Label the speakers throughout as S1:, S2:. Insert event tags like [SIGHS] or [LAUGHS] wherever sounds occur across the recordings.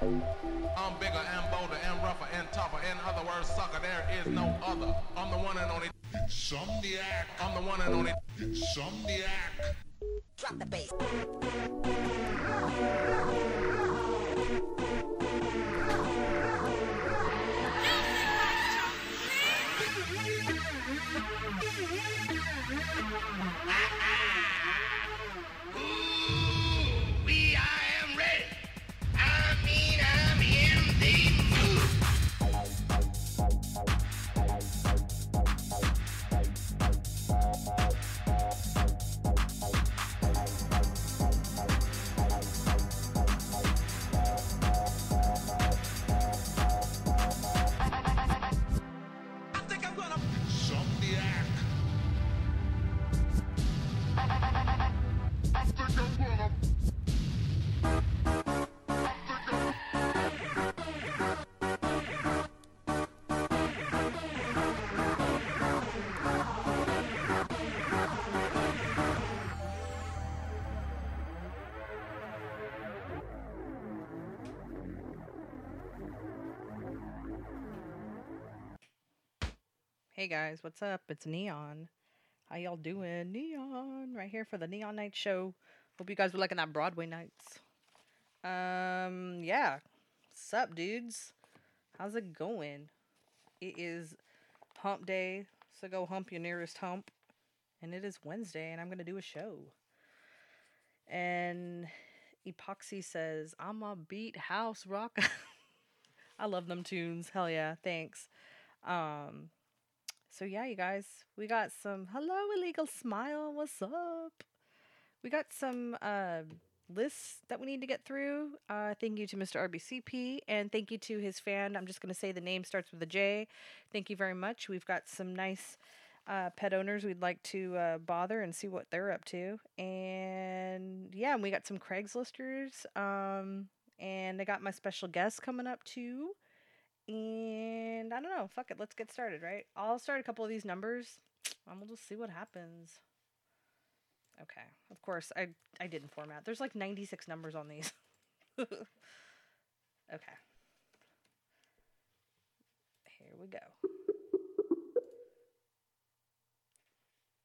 S1: I'm bigger and bolder and rougher and tougher. In other words, sucker, there is no other. I'm the one and only insomniac. I'm the one and only insomniac.
S2: Drop the bass.
S3: We, I am ready. I mean, I'm in the mood.
S1: I think I'm gonna insomniac. I think I'm gonna.
S4: Hey guys, what's up? It's Neon. How y'all doing? Neon, right here for the Neon Night Show. Hope you guys were liking that Broadway nights. Um, yeah. What's up, dudes? How's it going? It is hump day, so go hump your nearest hump. And it is Wednesday, and I'm going to do a show. And Epoxy says, I'm a beat house rock. [LAUGHS] I love them tunes. Hell yeah. Thanks. Um, so yeah, you guys, we got some hello illegal smile. What's up? We got some uh, lists that we need to get through. Uh, thank you to Mr. RBCP and thank you to his fan. I'm just gonna say the name starts with a J. Thank you very much. We've got some nice uh, pet owners we'd like to uh, bother and see what they're up to. And yeah, and we got some Craigslisters. Um, and I got my special guest coming up too. And I don't know. Fuck it. Let's get started, right? I'll start a couple of these numbers and we'll just see what happens. Okay. Of course, I, I didn't format. There's like 96 numbers on these. [LAUGHS] okay. Here we go.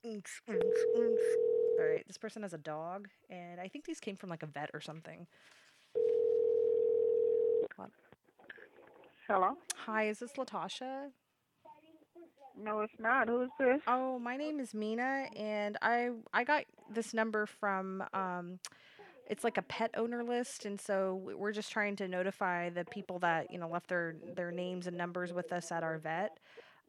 S4: Oonks, oonks, oonks. All right. This person has a dog, and I think these came from like a vet or something.
S5: Hello?
S4: Hi, is this Latasha?
S5: No, it's not. Who's this?
S4: Oh, my name is Mina, and I I got this number from um, it's like a pet owner list, and so w- we're just trying to notify the people that you know left their their names and numbers with us at our vet,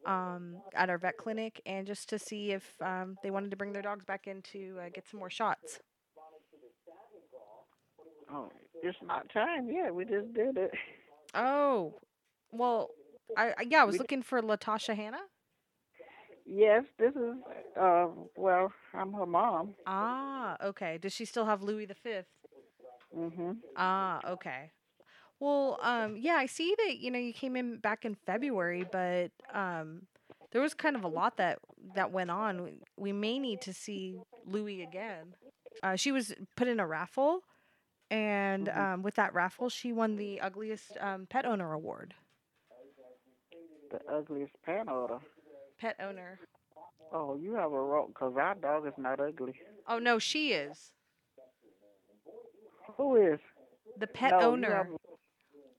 S4: um, at our vet clinic, and just to see if um, they wanted to bring their dogs back in to uh, get some more shots.
S5: Oh, it's not time. Yeah, we just did it.
S4: Oh, well, I I- yeah, I was
S5: We-
S4: looking for Latasha Hannah.
S5: Yes, this is, uh, well, I'm her mom.
S4: Ah, okay. Does she still have Louis the Fifth?
S5: Mm-hmm.
S4: Ah, okay. Well, um, yeah, I see that, you know, you came in back in February, but um, there was kind of a lot that that went on. We- We may need to see Louie again. Uh, she was put in a raffle, and
S5: Mhm.
S4: um, with that raffle, she won the ugliest um, pet owner award.
S5: The ugliest pan order.
S4: Pet owner.
S5: Oh, you have a rope, because our dog is not ugly.
S4: Oh no, she is
S5: Who is?
S4: the pet
S5: no, you
S4: owner.
S5: have-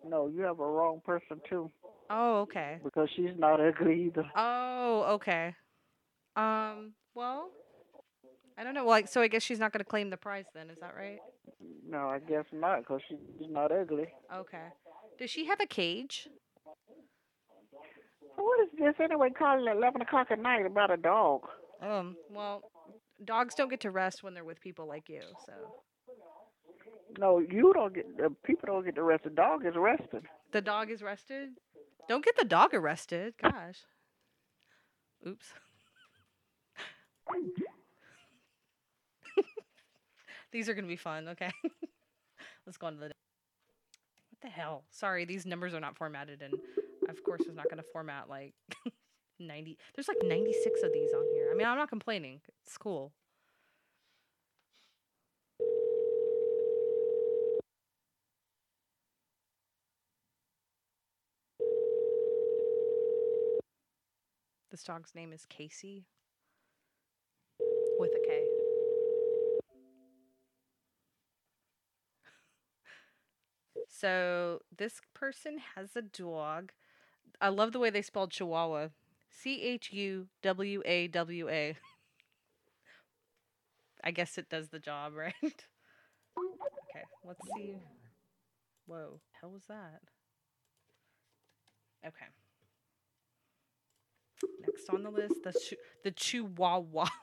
S5: no, you have a wrong person, too,
S4: Oh, okay.
S5: because she's not ugly either.
S4: Oh, okay. Um, well, I don't know. Well, like, so I guess she's not going to claim the prize then. Is that right?
S5: No, I guess not, because she's not ugly.
S4: Okay. Does she have a cage?
S5: So what is this anyway, calling at 11 o'clock at night about a dog?
S4: Um, well, dogs don't get to rest when they're with people like you, so
S5: No, you don't get, uh, people don't get arrested. Dog is arrested.
S4: the dog is rested. Don't get the dog arrested. Gosh. Oops. [LAUGHS] these are gonna be fun. Okay. [LAUGHS] Let's go on to the. What the hell? Sorry, these numbers are not formatted, and I, of course was not gonna format like [LAUGHS] ninety. There's like ninety six of these on here. I mean, I'm not complaining. It's cool. This dog's name is Casey with a K. [LAUGHS] So this person has a dog. I love the way they spelled Chihuahua. C H U W A W A. [LAUGHS] I guess it does the job, [LAUGHS] right? Okay, let's see. Whoa, hell was that? Okay. Next on the list, the chi- the Chihuahua. [LAUGHS]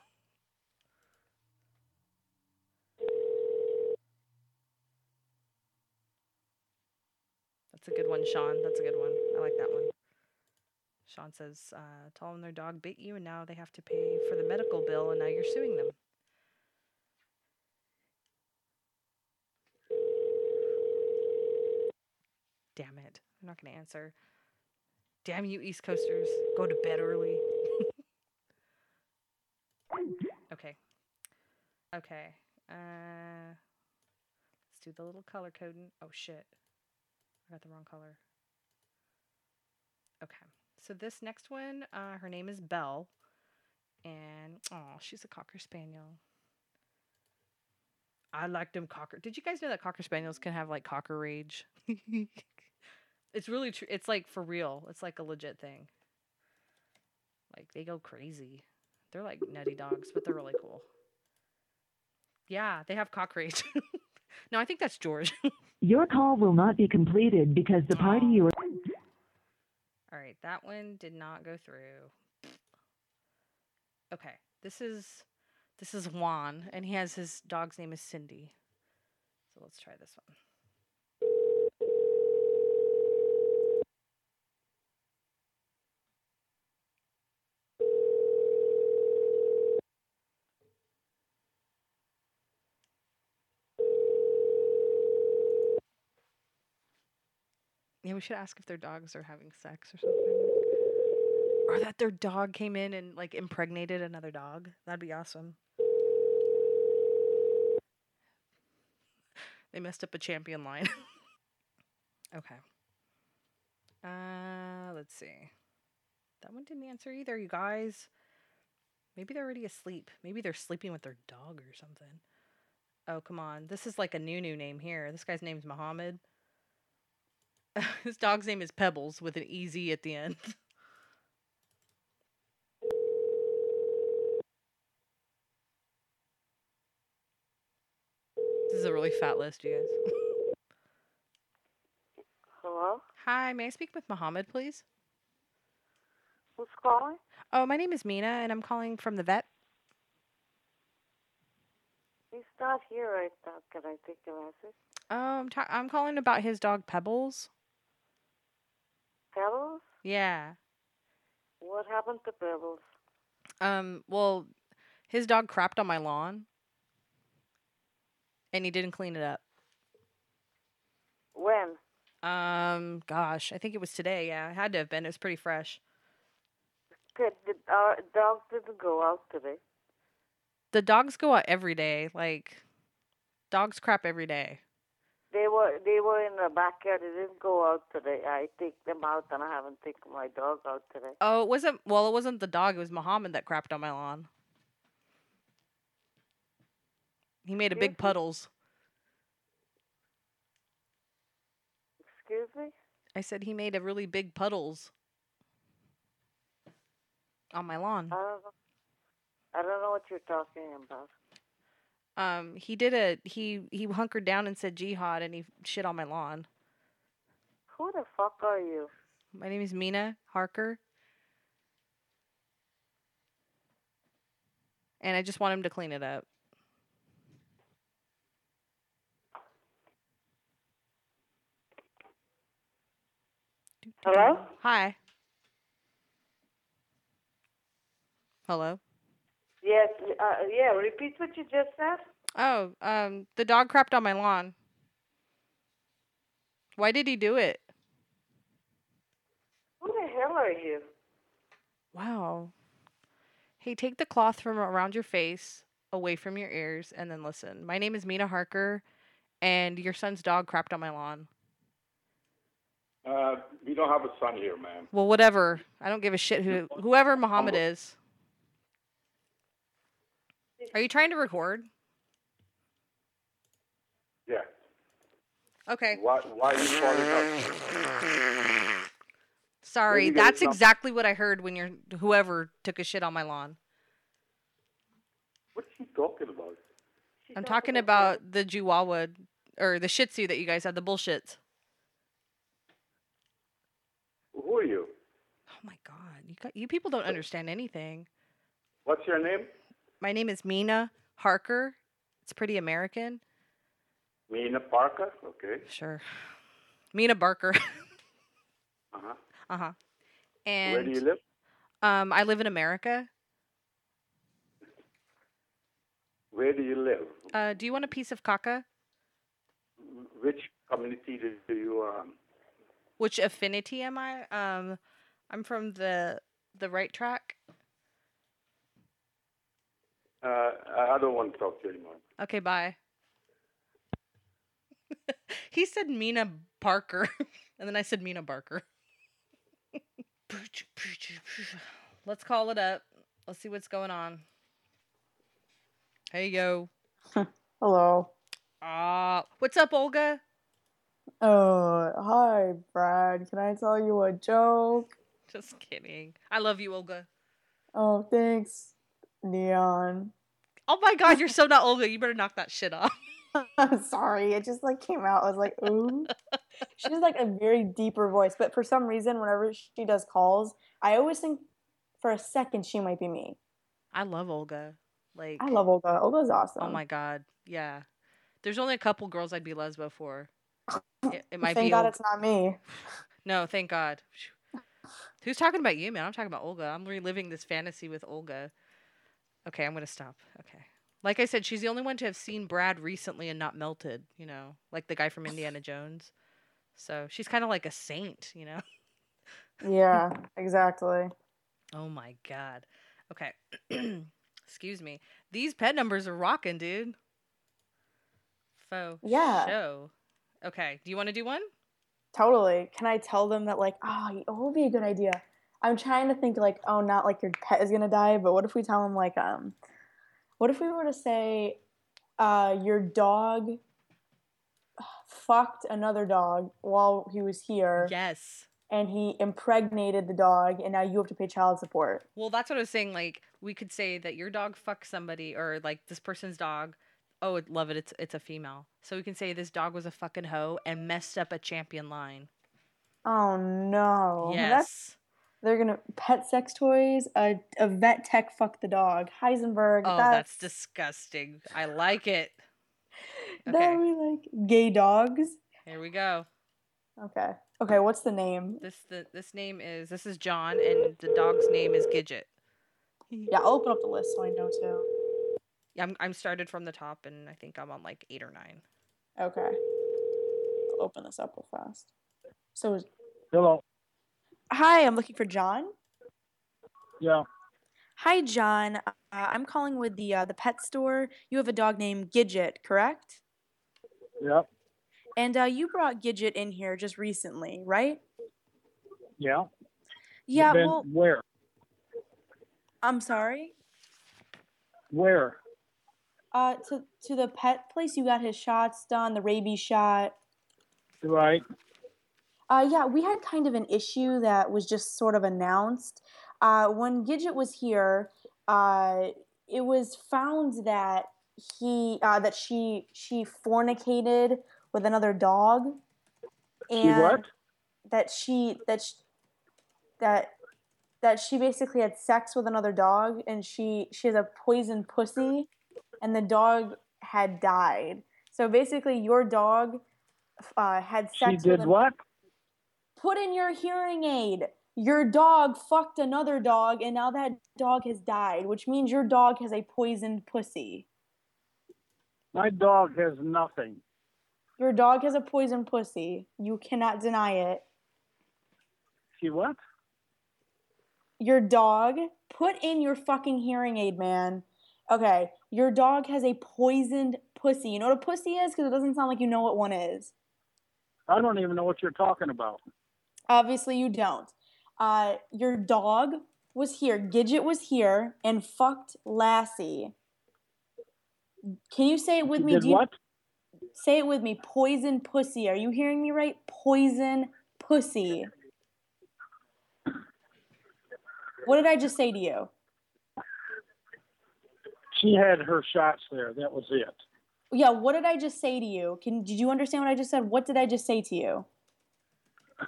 S4: That's a good one, Sean. That's a good one. I like that one. Sean says, uh, "Tell them their dog bit you, and now they have to pay for the medical bill, and now you're suing them." Damn it! I'm not gonna answer. Damn you, East Coasters. Go to bed early. [LAUGHS] okay. Okay. Uh, let's do the little color coding. Oh, shit. I got the wrong color. Okay. So this next one, uh, her name is Belle. And, oh, she's a Cocker Spaniel. I like them Cocker. Did you guys know that Cocker Spaniels can have, like, Cocker rage? [LAUGHS] It's really true. It's like for real. It's like a legit thing. Like they go crazy. They're like nutty dogs, but they're really cool. Yeah, they have cockroach. [LAUGHS] no, I think that's George. [LAUGHS]
S2: Your call will not be completed because the party you are.
S4: All right, that one did not go through. Okay, this is this is Juan, and he has his dog's name is Cindy. So let's try this one. Yeah, we should ask if their dogs are having sex or something. Or that their dog came in and like impregnated another dog. That'd be awesome. They messed up a champion line. [LAUGHS] okay. Uh, let's see. That one didn't answer either, you guys. Maybe they're already asleep. Maybe they're sleeping with their dog or something. Oh, come on. This is like a new new name here. This guy's name's Mohammed. [LAUGHS] His dog's name is Pebbles with an easy at the end. [LAUGHS] This is a really fat list, you guys.
S6: Hello?
S4: Hi, may I speak with Mohammed, please?
S6: Who's calling?
S4: Oh, my name is Mina, and I'm calling from the vet.
S6: He's not here right now. Can I take a message?
S4: Oh, I'm, ta- I'm calling about his dog Pebbles.
S6: Pebbles?
S4: Yeah.
S6: What happened to Pebbles?
S4: Um. Well, his dog crapped on my lawn, and he didn't clean it up.
S6: When?
S4: Um, gosh, I think it was today. Yeah, it had to have been. It was pretty fresh.
S6: Good. Did, our dog didn't go out today.
S4: The dogs go out every day. Like, dogs crap every day.
S6: They were they were in the backyard. They didn't go out today. I take them out, and I haven't taken my dog out today.
S4: Oh, it wasn't. Well, it wasn't the dog. It was Muhammad that crapped on my lawn. He made a big
S6: Seriously?
S4: puddles.
S6: Excuse me.
S4: I said he made a really big puddles on my lawn.
S6: I don't know. I don't know what you're talking about.
S4: Um, he did a he he hunkered down and said jihad, and he shit on my lawn.
S6: Who the fuck are you?
S4: My name is Mina Harker. And I just want him to clean it up.
S6: Hello?
S4: Hi. Hello.
S6: Yes. Uh, yeah. Repeat what you just said.
S4: Oh, um, the dog crapped on my lawn. Why did he do it?
S6: Who the hell are you?
S4: Wow. Hey, take the cloth from around your face, away from your ears, and then listen. My name is Mina Harker, and your son's dog crapped on my lawn.
S7: Uh, we don't have a son here, ma'am.
S4: Well, whatever. I don't give a shit who whoever Muhammad is. Are you trying to record?
S7: Yeah.
S4: Okay.
S7: Why, why are you calling up?
S4: Sorry.
S7: you gotta
S4: That's
S7: stop-
S4: exactly what I heard when your whoever took a shit on my lawn.
S7: What's she talking about?
S4: I'm talking about the Chihuahua or the Shih Tzu that you guys had, the bullshits.
S7: Who are you?
S4: Oh my god, you got, you people don't understand anything.
S7: What's your name?
S4: My name is Mina Harker. It's pretty American.
S7: Mina Parker? Okay.
S4: Sure. [SIGHS] Mina Barker. [LAUGHS]
S7: Uh-huh.
S4: uh huh.
S7: Where do you
S4: And
S7: live?
S4: um, I live in America.
S7: Where do you live?
S4: Uh, do you want a piece of caca?
S7: Which community do, do you um
S4: Which affinity am I? Um, I'm from the the right track.
S7: uh I I don't want to talk to you anymore.
S4: Okay, bye. [LAUGHS] he said Mina Parker, [LAUGHS] and then I said Mina Barker. [LAUGHS] Let's call it up. Let's see what's going on. Hey yo.
S8: Hello.
S4: Ah, what's up, Olga?
S8: Oh, hi, Brad. Can I tell you a joke?
S4: Just kidding. I love you, Olga.
S8: Oh, thanks, Neon. [LAUGHS]
S4: Oh my God, you're so not Olga. You better knock that shit off. [LAUGHS]
S8: I'm sorry. It just like came out. I was like,
S4: [LAUGHS]
S8: ooh. she has like a very deeper voice, but for some reason, whenever she does calls, I always think for a second she might be me.
S4: I love Olga. Like
S8: I love Olga. Olga's awesome.
S4: Oh my God, yeah. There's only a couple girls I'd be lesbo for. It, it might
S8: Thank
S4: be
S8: God
S4: Olga.
S8: it's not me.
S4: No, thank God. Phew. Who's talking about you, man? I'm talking about Olga. I'm reliving this fantasy with Olga. Okay, I'm gonna stop. Okay. Like I said, she's the only one to have seen Brad recently and not melted, you know, like the guy from Indiana Jones. So she's kind of like a saint, you know?
S8: Yeah, exactly.
S4: Oh my God. Okay. [CLEARS THROAT] Excuse me. These pet numbers are rocking, dude. Faux
S8: Yeah.
S4: show. Okay. Do you want to do one?
S8: Totally. Can I tell them that like, oh, it would be a good idea. I'm trying to think like, oh, not like your pet is gonna die, but what if we tell them like, um, what if we were to say, uh, your dog fucked another dog while he was here,
S4: Yes.
S8: and he impregnated the dog, and now you have to pay child support.
S4: Well, that's what I was saying. Like, we could say that your dog fucked somebody, or like this person's dog. Oh, I'd love it. It's it's a female. So we can say this dog was a fucking hoe and messed up a champion line.
S8: Oh no! That's,
S4: yes.
S8: they're gonna pet sex toys. A, a vet tech fucked the dog. Heisenberg.
S4: Oh, that's disgusting. I like it.
S8: That
S4: okay.
S8: would be like gay dogs.
S4: Here we go.
S8: Okay. Okay, what's the name?
S4: This the this name is this is John, and the dog's name is Gidget.
S8: Yeah, I'll open up the list so I know too.
S4: Yeah, I'm I'm started from the top, and I think I'm on like eight or nine. [LAUGHS]
S8: Okay. I'll open this up real fast. So, is-
S9: Hello.
S8: hi, I'm looking for John.
S9: Yeah.
S8: Hi, John. Uh, I'm calling with the uh, the pet store. You have a dog named Gidget, correct?
S9: Yeah.
S8: And uh, you brought Gidget in here just recently, right?
S9: Yeah.
S8: Yeah.
S9: Then
S8: Well,
S9: where?
S8: I'm sorry.
S9: Where?
S8: Uh, to to the pet place. You got his shots done, the rabies shot.
S9: Right.
S8: Uh, yeah, we had kind of an issue that was just sort of announced. Uh, when Gidget was here, uh, it was found that he uh, that she she fornicated with another dog,
S9: She
S8: and
S9: what?
S8: that she that sh that that she basically had sex with another dog, and she she has a poison pussy, and the dog had died. So basically, your dog uh, had sex.
S9: She did
S8: with an-
S9: what?
S8: put in your hearing aid. Your dog fucked another dog, and now that dog has died, which means your dog has a poisoned pussy.
S9: My dog has nothing.
S8: Your dog has a poisoned pussy. You cannot deny it.
S9: She what?
S8: Your dog put in your fucking hearing aid, man. Okay, your dog has a poisoned pussy. You know what a pussy is? Because it doesn't sound like you know what one is.
S9: I don't even know what you're talking about.
S8: Obviously, you don't. Uh, your dog was here. Gidget was here and fucked Lassie. Can you say it with me?
S9: Did
S8: Do you-
S9: what?
S8: Say it with me. Poison pussy. Are you hearing me right? Poison pussy. What did I just say to you?
S9: She had her shots there. That was it.
S8: Yeah, what did I just say to you? Can did you understand what I just said? What did I just say to you?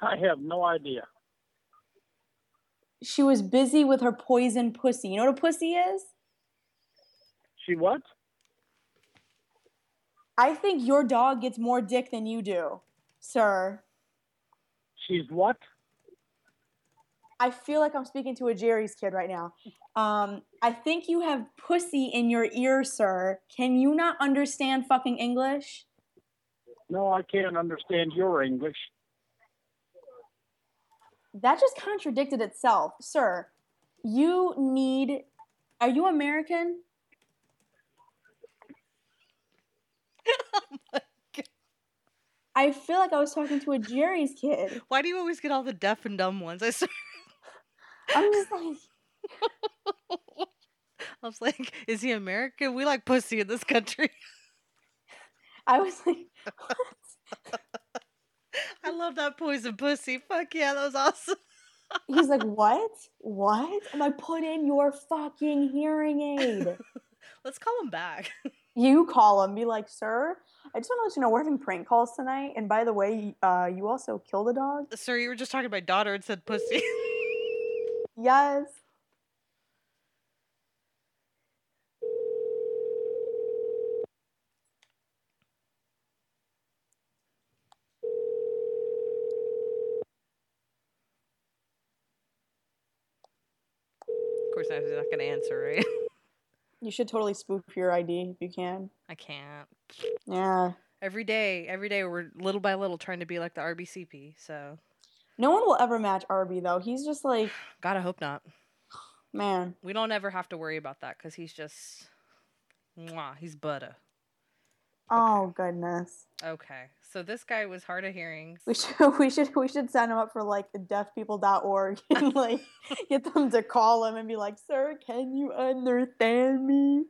S9: I have no idea.
S8: She was busy with her poison pussy. You know what a pussy is?
S9: She what?
S8: I think your dog gets more dick than you do, sir.
S9: She's what?
S8: I feel like I'm speaking to a Jerry's kid right now. Um, I think you have pussy in your ear, sir. Can you not understand fucking English?
S9: No, I can't understand your English.
S8: That just contradicted itself, sir. You need. Are you
S4: [LAUGHS]
S8: American? I feel like I was talking to a Jerry's kid.
S4: Why do you always get all the deaf and dumb ones? I swear.
S8: I'm just like,
S4: I was like, is he American? We like pussy in this country. [LAUGHS]
S8: I was like,
S4: I love that poison pussy. Fuck yeah, that was awesome. [LAUGHS]
S8: he's like, what? What? I'm like, put in your fucking hearing aid.
S4: [LAUGHS] Let's call him back. [LAUGHS]
S8: you call him, be like, sir, I just want to let you know we're having prank calls tonight. And by the way, uh, you also killed a dog.
S4: Sir, you were just talking to my daughter and said pussy. [LAUGHS]
S8: Yes.
S4: of course, I was not going to answer, right? [LAUGHS]
S8: You should totally spoof your ID if you can.
S4: I can't.
S8: Yeah.
S4: Every day, every day, we're little by little trying to be like the RBCP. So,
S8: No one will ever match Arby though. He's just
S4: [SIGHS]
S8: like,
S4: God, I hope not.
S8: man,
S4: We don't ever have to worry about that because he's just, mwah, he's butter.
S8: oh goodness.
S4: Okay. So this guy was hard of hearing.
S8: We should [LAUGHS] we should we should sign him up for like deafpeople.org [LAUGHS] and like get them to call him and be like, "Sir, can you understand me?"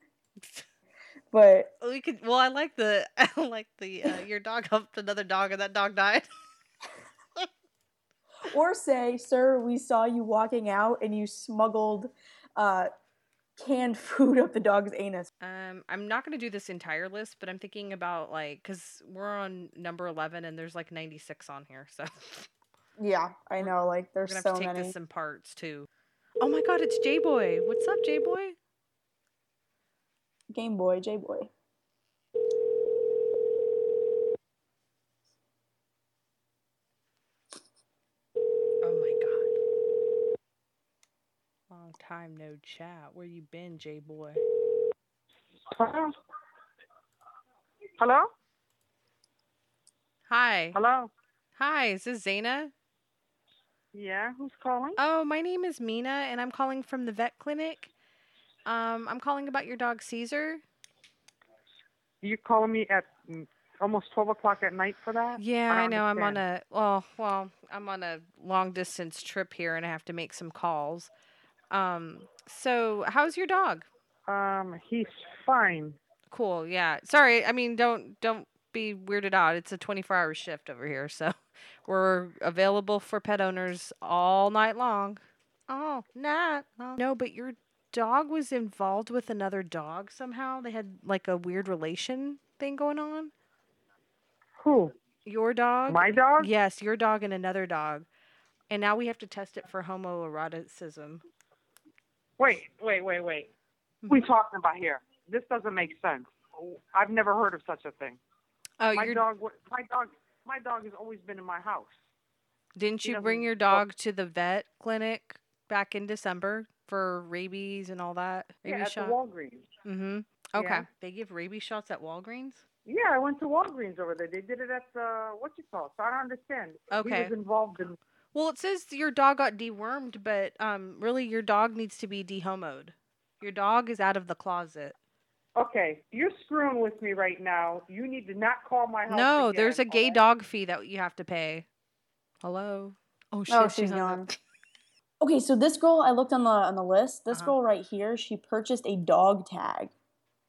S8: But
S4: We could. Well, I like the. [LAUGHS] I like the. [LAUGHS] Uh, your dog humped another dog, and that dog died. [LAUGHS]
S8: or say, "Sir, we saw you walking out and you smuggled uh, canned food up the dog's anus."
S4: Um, I'm not gonna do this entire list, but I'm thinking about like, cause we're on number eleven, and there's like 96 on here, so [LAUGHS]
S8: Yeah, I know. Like,
S4: we're
S8: there's
S4: gonna have
S8: so
S4: to take
S8: many.
S4: this in parts too. Oh my God, it's J Boy. What's up, J Boy?
S8: Game Boy, J Boy.
S4: Oh my God. Long time no chat. Where you been, J Boy?
S5: Hello? Hello?
S4: Hi.
S5: Hello?
S4: Hi. Is this Zaina?
S5: Yeah, who's calling?
S4: Oh, my name is Mina, and I'm calling from the vet clinic. Um, I'm calling about your dog Caesar.
S5: You calling me at mm, almost 12 o'clock at night for that?
S4: Yeah, I,
S5: don't
S4: know. I'm on
S5: understand.
S4: a well, well, I'm on a long distance trip here, and I have to make some calls. Um, so how's your dog?
S5: Um, he's fine.
S4: Cool. Yeah. Sorry. I mean, don't don't be weirded out. It's a 24 hour shift over here, so [LAUGHS] we're available for pet owners all night long. Oh, not no, but your dog was involved with another dog somehow. They had like a weird relation thing going on.
S5: Who?
S4: Your dog.
S5: My dog?
S4: Yes, your dog and another dog. And now we have to test it for homoeroticism.
S5: Wait, wait, wait, wait.
S4: Hmm.
S5: We talking about here? This doesn't make sense. I've never heard of such a thing.
S4: Oh,
S5: my
S4: your,
S5: dog, wa- my dog, my dog has always been in my house.
S4: didn't
S5: he
S4: you bring
S5: doesn't-
S4: your dog to the vet clinic back in December for rabies and all that?
S5: Yeah,
S4: Rabies
S5: at
S4: shot.
S5: the Walgreens.
S4: mm-hmm.
S5: Yeah.
S4: Okay. They give rabies shots at Walgreens?
S5: Yeah, I went to Walgreens over there. They did it at the what you call. it, So I don't understand. He
S4: Okay.
S5: was involved in.
S4: Well, it says your dog got dewormed, but um, really your dog needs to be dehomoed. Your dog is out of the closet.
S5: Okay, you're screwing with me right now. You need to not call my house.
S6: [LAUGHS]
S4: No, there's a
S5: again,
S4: gay
S5: alright?
S4: dog fee that you have to pay. Hello. Oh, shit,
S8: oh,
S4: she's
S8: she's
S4: on the-
S8: gone. Okay, so this girl, I looked on the on the list. This
S4: Uh-huh.
S8: girl right here, she purchased a dog tag.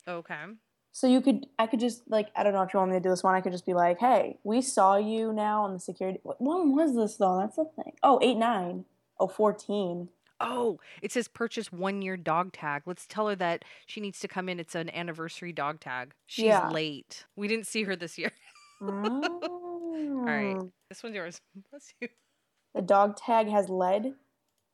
S4: Okay.
S8: So you could, I could just like, I don't know if you want me to do this one. I could just be like, hey, we saw you now on the security. What one was this though? That's the thing. Oh, eight nine. Oh,
S4: [LAUGHS]
S8: 14.
S4: Oh, it says purchase one year dog tag. Let's tell her that she needs to come in. It's an anniversary dog tag. She's
S8: Yeah.
S4: late. We didn't see her this year.
S8: Mm.
S4: [LAUGHS] This one's yours. Bless you.
S8: The dog tag has lead.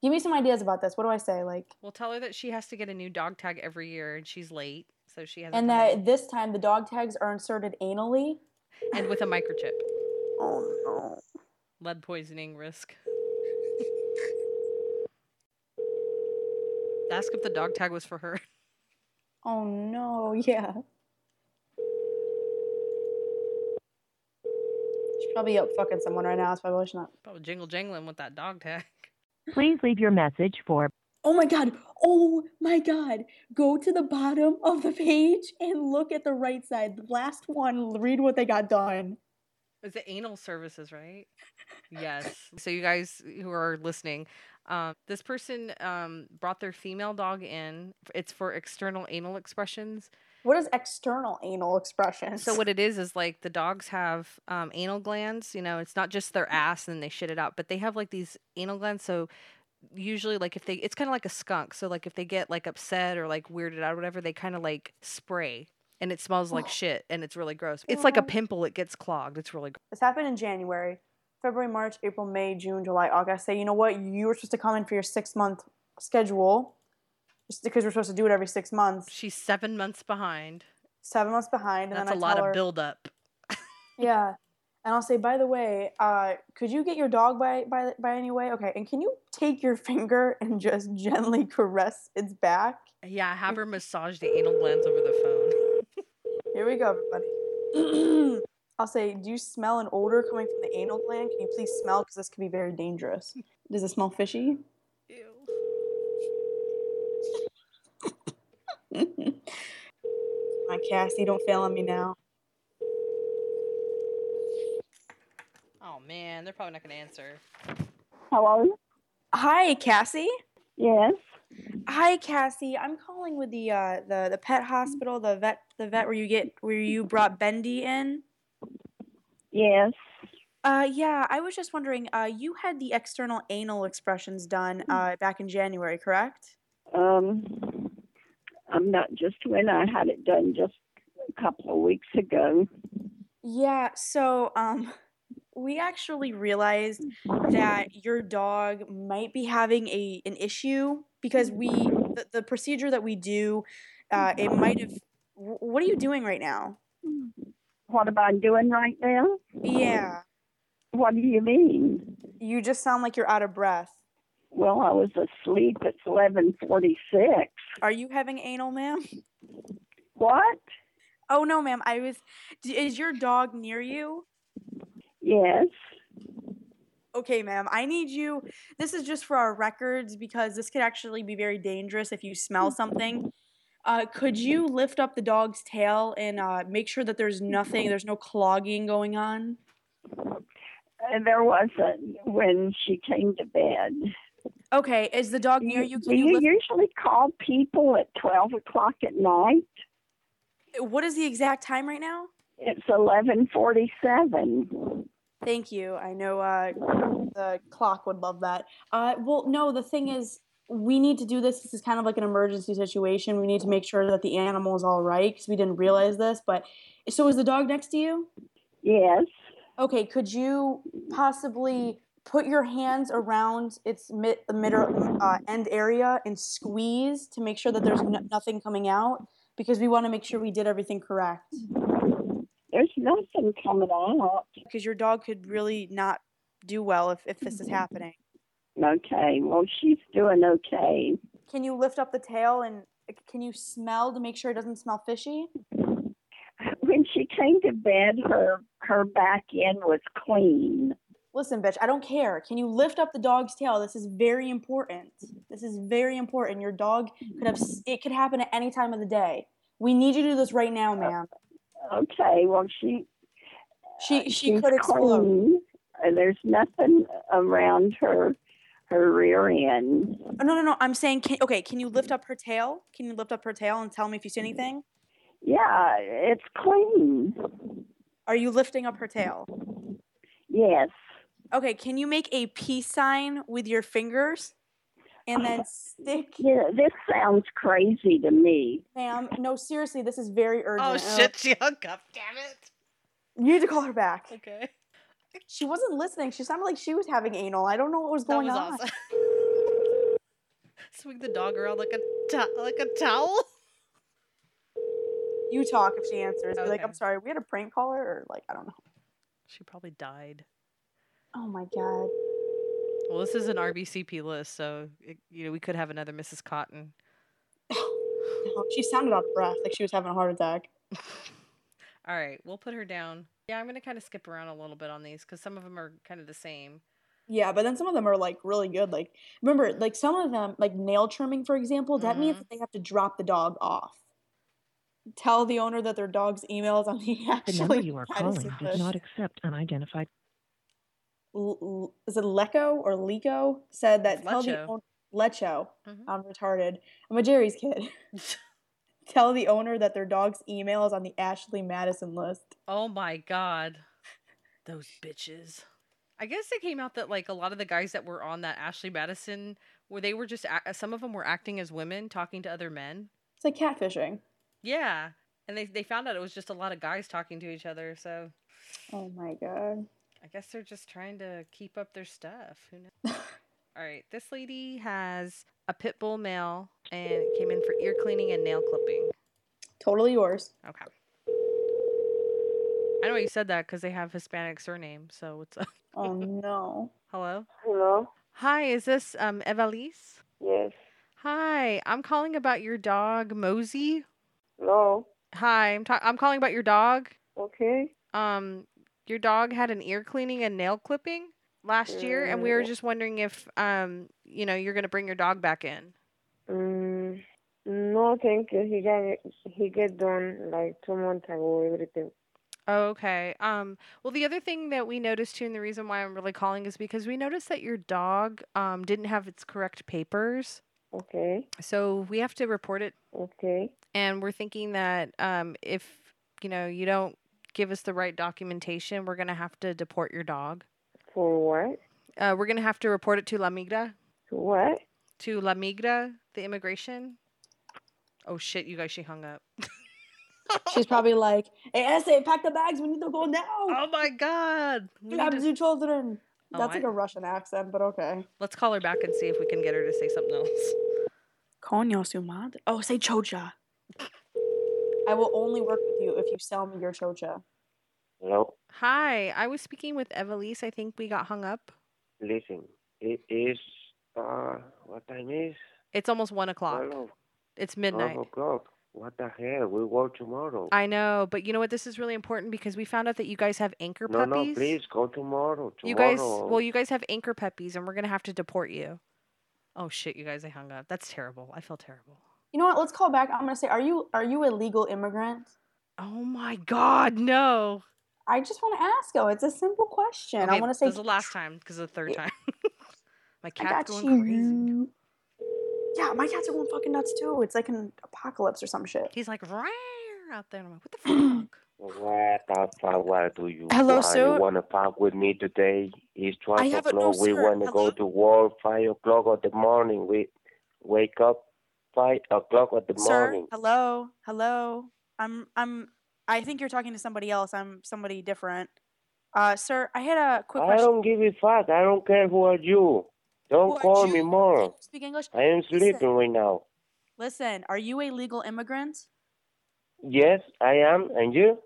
S8: Give me some ideas about this. What do I say? Like,
S4: We'll tell her that she has to get a new dog tag every year and she's late. So she has
S8: and that this time the dog tags are inserted anally.
S4: and with a microchip.
S8: Oh no.
S4: Lead poisoning risk. Ask if the dog tag was for her. [LAUGHS]
S8: Oh no. [LAUGHS] Yeah. She's probably up fucking someone right now. That's probably why she's not.
S4: Probably jingle jangling with that dog tag. [LAUGHS]
S2: Please leave your message for
S8: Oh my god. Oh my god. Go to the bottom of the page and look at the right side. The last one, read what they got done.
S4: Is it anal services, right? Yes. So you guys who are listening, um, this person um, brought their female dog in. It's for external anal expressions.
S8: What is external anal expression? [LAUGHS]
S4: So what it is is like the dogs have um, anal glands. You know, it's not just
S8: Mm.
S4: their ass and they shit it out, but they have like these anal glands. So usually, like if they, it's kind of like a skunk. So like if they get like upset or like weirded out or whatever, they kind of like spray, and it smells
S8: Oh.
S4: like shit, and it's really gross. It's like a
S8: Wow.
S4: pimple. It gets clogged. It's really. Gross.
S8: This happened in January, February, March, April, May, June, July, August. Say, you know what? You were supposed to come in for your six month schedule just because we're supposed to do it every six months.
S4: She's seven months behind.
S8: Seven months behind, and
S4: That's
S8: then
S4: a
S8: I
S4: lot
S8: tell her,
S4: of buildup.
S8: Yeah, and I'll say, by the way, uh, could you get your dog by by by any way? Okay, and can you take your [LAUGHS] finger and just gently caress its back? [CLEARS THROAT]
S4: Yeah, have her massage the anal glands over the phone.
S8: Here we go, everybody. I'll say, do you smell an odor coming from the anal gland? Can you please smell? Because this could be very dangerous. Does it smell fishy? [LAUGHS]
S4: Ew.
S8: My Cassie, don't fail on me now.
S4: Oh man, they're probably not gonna answer.
S10: Hello?
S8: Hi, Cassie.
S10: Yes.
S8: Hi, Cassie. I'm calling with the uh, the the pet hospital, the vet, the vet where you get where you brought Bendy in.
S10: Yes.
S8: Uh, yeah, I was just wondering. Uh, you had the external anal expressions done uh, back in January, correct?
S10: Mm. Um, I'm not just when I had it done just a couple of weeks ago.
S8: Yeah. So, um, [LAUGHS] we actually realized that your dog might be having a an issue because we the, the procedure that we do, uh, it might have. wh- What are you doing right now?
S10: What am I doing right now?
S8: Yeah.
S10: What do you mean?
S8: You just sound like you're out of breath.
S10: Well, I was asleep. It's 11:46.
S8: Are you having anal, ma'am?
S10: What?
S8: Oh no, ma'am. I was. D- Is your dog near you?
S10: Yes.
S8: Okay, ma'am. I need you. This is just for our records because this could actually be very dangerous if you smell something. Uh, could you lift up the dog's tail and uh, make sure that there's nothing, there's no clogging going on?
S10: And there wasn't when she came to bed.
S8: Okay. Is the dog
S10: Do
S8: near you?
S10: you, do
S8: Can you
S10: you
S8: lift?
S10: usually call people at 12 o'clock at night?
S8: What is the exact time right now?
S10: It's 11:47.
S8: Thank you. I know uh, the clock would love that. Uh, well, no, the thing is, we need to do this. This is kind of like an emergency situation. We need to make sure that the animal is all right because we didn't realize this. But so is the dog next to you?
S10: Yes.
S8: Okay, could you possibly put your hands around its mid, mid uh, end area and squeeze to make sure that there's no, nothing coming out? Because we want to make sure we did everything correct.
S10: There's nothing coming out.
S8: Because your dog could really not do well if, if this is
S10: Mm-hmm.
S8: happening.
S10: Okay. Well, she's doing okay.
S8: Can you lift up the tail and can you smell to make sure it doesn't smell fishy?
S10: When she came to bed, her her back end was clean.
S8: Listen, bitch, I don't care. Can you lift up the dog's tail? This is very important. This is very important. Your dog could have s- it could happen at any time of the day. We need you to do this right now, ma'am.
S10: Okay. Well, she uh,
S8: She she
S10: she's
S8: could explode.
S10: clean. there's nothing around her her rear end.
S8: Oh, no, no, no. I'm saying, can, okay, can you lift up her tail? Can you lift up her tail and tell me if you see anything?
S10: Yeah, it's clean.
S8: Are you lifting up her tail?
S10: Yes.
S8: Okay, can you make a peace sign with your fingers? And
S4: [LAUGHS]
S8: then stick.
S10: Yeah, this sounds crazy to me.
S8: Ma'am, no, seriously, this is very urgent.
S4: Oh shit, [LAUGHS] she hung up. Damn it.
S8: You need to call her back.
S4: Okay.
S8: She wasn't listening. She sounded like she was having anal. I don't know what was
S4: That
S8: going
S4: was
S8: on.
S4: awesome. Swing the dog around like a to- [LAUGHS] like a towel.
S8: [LAUGHS] You talk if she answers. Be like,
S4: Okay.
S8: I'm sorry, we had a prank caller, or like, I don't know.
S4: She probably died.
S8: Oh my god.
S4: Well, this is an RBCP list, so it, you know we could have another Mrs. Cotton.
S8: No, she sounded out of breath, like she was having a heart attack.
S4: All right, we'll put her down. Yeah, I'm gonna kind of skip around a little bit on these because some of them are kind of the same.
S8: Yeah, but then some of them are like really good. Like, remember, like some of them, like nail trimming, for example, that
S2: Mm-hmm.
S8: means that they have to drop the dog off. Tell the owner that their dog's emails on the [LAUGHS]
S2: The
S8: actually.
S2: number you are
S8: how to
S2: calling
S8: say
S2: does
S8: this.
S2: not accept unidentified.
S8: L- L- is it Leco or Lego said that tell the
S4: Lecho.
S8: own- Lecho.
S2: Mm-hmm.
S4: Mhm.
S8: I'm retarded. I'm a Jerry's
S2: [LAUGHS]
S8: kid. tell the owner that their dog's email is on the Ashley Madison list.
S4: Oh my god, those bitches! I guess it came out that like a lot of the guys that were on that Ashley Madison, where they were just ac- some of them were acting as women talking to other men.
S8: It's like catfishing.
S4: Yeah, and they they found out it was just a lot of guys talking to each other. So
S8: Oh my god.
S4: I guess they're just trying to keep up their stuff. Who
S8: [LAUGHS]
S4: knows? All right, this lady has a pit bull male and it came in for ear cleaning and nail clipping.
S8: Totally yours.
S4: Okay. I know you said that because they have Hispanic surname. So what's up? [LAUGHS]
S8: Oh no.
S4: Hello.
S6: Hello?
S4: Hi, is this um Evalise?
S6: Yes.
S4: Hi, I'm calling about your dog Mosey.
S6: No?
S4: Hi, I'm ta- I'm calling about your dog.
S6: Okay.
S4: Um, your dog had an ear cleaning and nail clipping last year, and we were
S6: Mm.
S4: just wondering if um you know you're gonna bring your dog back in.
S6: Mm, no, thank you. He got he get done like two months ago. Everything.
S4: Okay. Um, well, the other thing that we noticed too, and the reason why I'm really calling is because we noticed that your dog um, didn't have its correct papers.
S6: Okay.
S4: So we have to report it.
S6: Okay.
S4: And we're thinking that um, if, you know, you don't give us the right documentation, we're going to have to deport your dog.
S6: For what?
S4: Uh, we're going to have to report it to La Migra,
S6: What?
S4: to La Migra, the immigration. Oh, shit, you guys, she hung up.
S8: She's probably like, hey, essay, pack the bags. We need to go now.
S4: Oh, my God. We
S8: You
S4: need
S8: have
S4: to...
S8: two children.
S4: Oh,
S8: That's like
S4: I-
S8: a Russian accent, but okay.
S4: Let's call her back and see if we can get her to say something else.
S8: Konyo sumad. Oh, say chocha. I will only work with you if you sell me your chocha.
S7: Hello,
S4: Hi, I was speaking with Evelise. I think we got hung up.
S7: listen. It is uh, what time is?
S4: It's almost one o'clock.
S7: Twelve
S4: It's midnight.
S7: Twelve o'clock. What the hell? We work tomorrow.
S4: I know, but you know what? This is really important because we found out that you guys have anchor
S7: no,
S4: puppies.
S7: no, please go tomorrow. Tomorrow.
S4: You guys, well, you guys have anchor puppies, and we're gonna have to deport you. Oh shit, you guys! I hung up. That's terrible. I feel terrible.
S8: You know what? Let's call back. I'm gonna say, are you are you a legal immigrant?
S4: Oh my god, no!
S8: I just want to ask. Oh, it's a simple question. I
S4: Okay,
S8: want to say
S4: this is the last time because the third
S8: Yeah.
S4: time. my
S8: I
S4: cat's
S8: got
S4: going crazy.
S8: you. Yeah, my cats are going fucking nuts too. It's like an apocalypse or some shit.
S4: He's like "Rawr," out there, and I'm like, what the fuck?
S7: What the fuck? What do you
S8: Hello,
S7: want?
S8: sir.
S7: You want to park with me today? It's twelve
S8: I have a-
S7: o'clock.
S8: no,
S7: we
S8: sir.
S7: want to
S8: Hello?
S7: go to work five o'clock of the morning. We wake up five o'clock of the
S8: Sir,
S7: morning.
S8: hello, hello. I'm I'm. I think you're talking to somebody else. I'm somebody different. Uh, sir, I had a quick
S7: I
S8: question.
S7: don't give a fuck. I don't care who are you. Don't
S8: Who are
S7: call me
S8: you? Can
S7: more.
S8: you speak English?
S7: I am
S8: Listen.
S7: sleeping right now.
S8: Listen, are you a legal immigrant?
S7: Yes, I am. And you?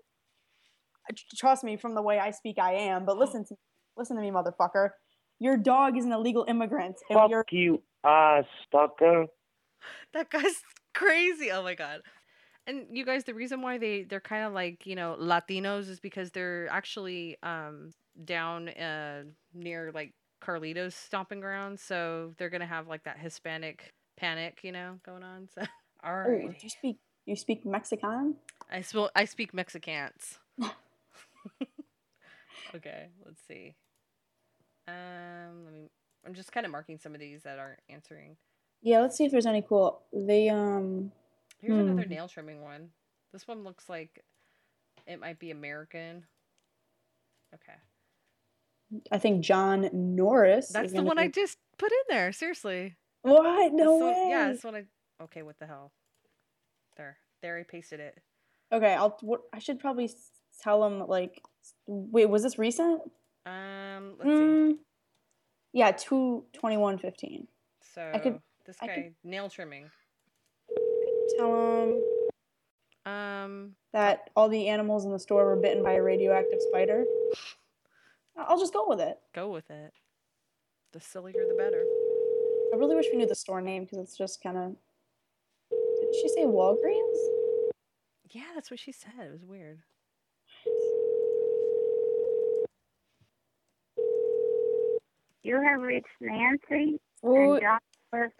S8: Uh, tr- Trust me, from the way I speak, I am. But listen to listen to me, motherfucker. Your dog is an illegal immigrant, and
S7: Fuck
S8: you're
S7: you, ass fucker.
S4: that guy's [LAUGHS] crazy. Oh my god. And you guys, the reason why they they're kind of like you know Latinos is because they're actually um down uh near like Carlitos stomping grounds, so they're gonna have like that Hispanic panic, you know, going on. So [LAUGHS] all
S8: Oh,
S4: right,
S8: you speak you speak Mexican.
S4: I sp- I speak Mexicans. okay, let's see. Um, let me. I'm just kind of marking some of these that aren't answering.
S8: Yeah, let's see if there's any cool. They um.
S4: Here's
S8: hmm.
S4: another nail trimming one. This one looks like it might be American. Okay.
S8: I think John Norris.
S4: That's the one I just put in there. Seriously.
S8: What? No
S4: This one-
S8: way.
S4: yeah, this one I. Okay, what the hell? There. There, I pasted it.
S8: Okay, I'll. What, I should probably s- tell him like, wait, was this recent?
S4: Um, let's see.
S8: Mm, yeah, two twenty one fifteen.
S4: So
S8: I could-
S4: this
S8: I
S4: guy
S8: could-
S4: nail trimming.
S8: Tell him
S4: Um,
S8: that all the animals in the store were bitten by a radioactive spider. I- I'll just go with it.
S4: go with it. The sillier, the better.
S8: I really wish we knew the store name because it's just kind of. Did she say Walgreens?
S4: Yeah, that's what she said. It was weird.
S11: You have reached Nancy
S8: Ooh.
S11: and John.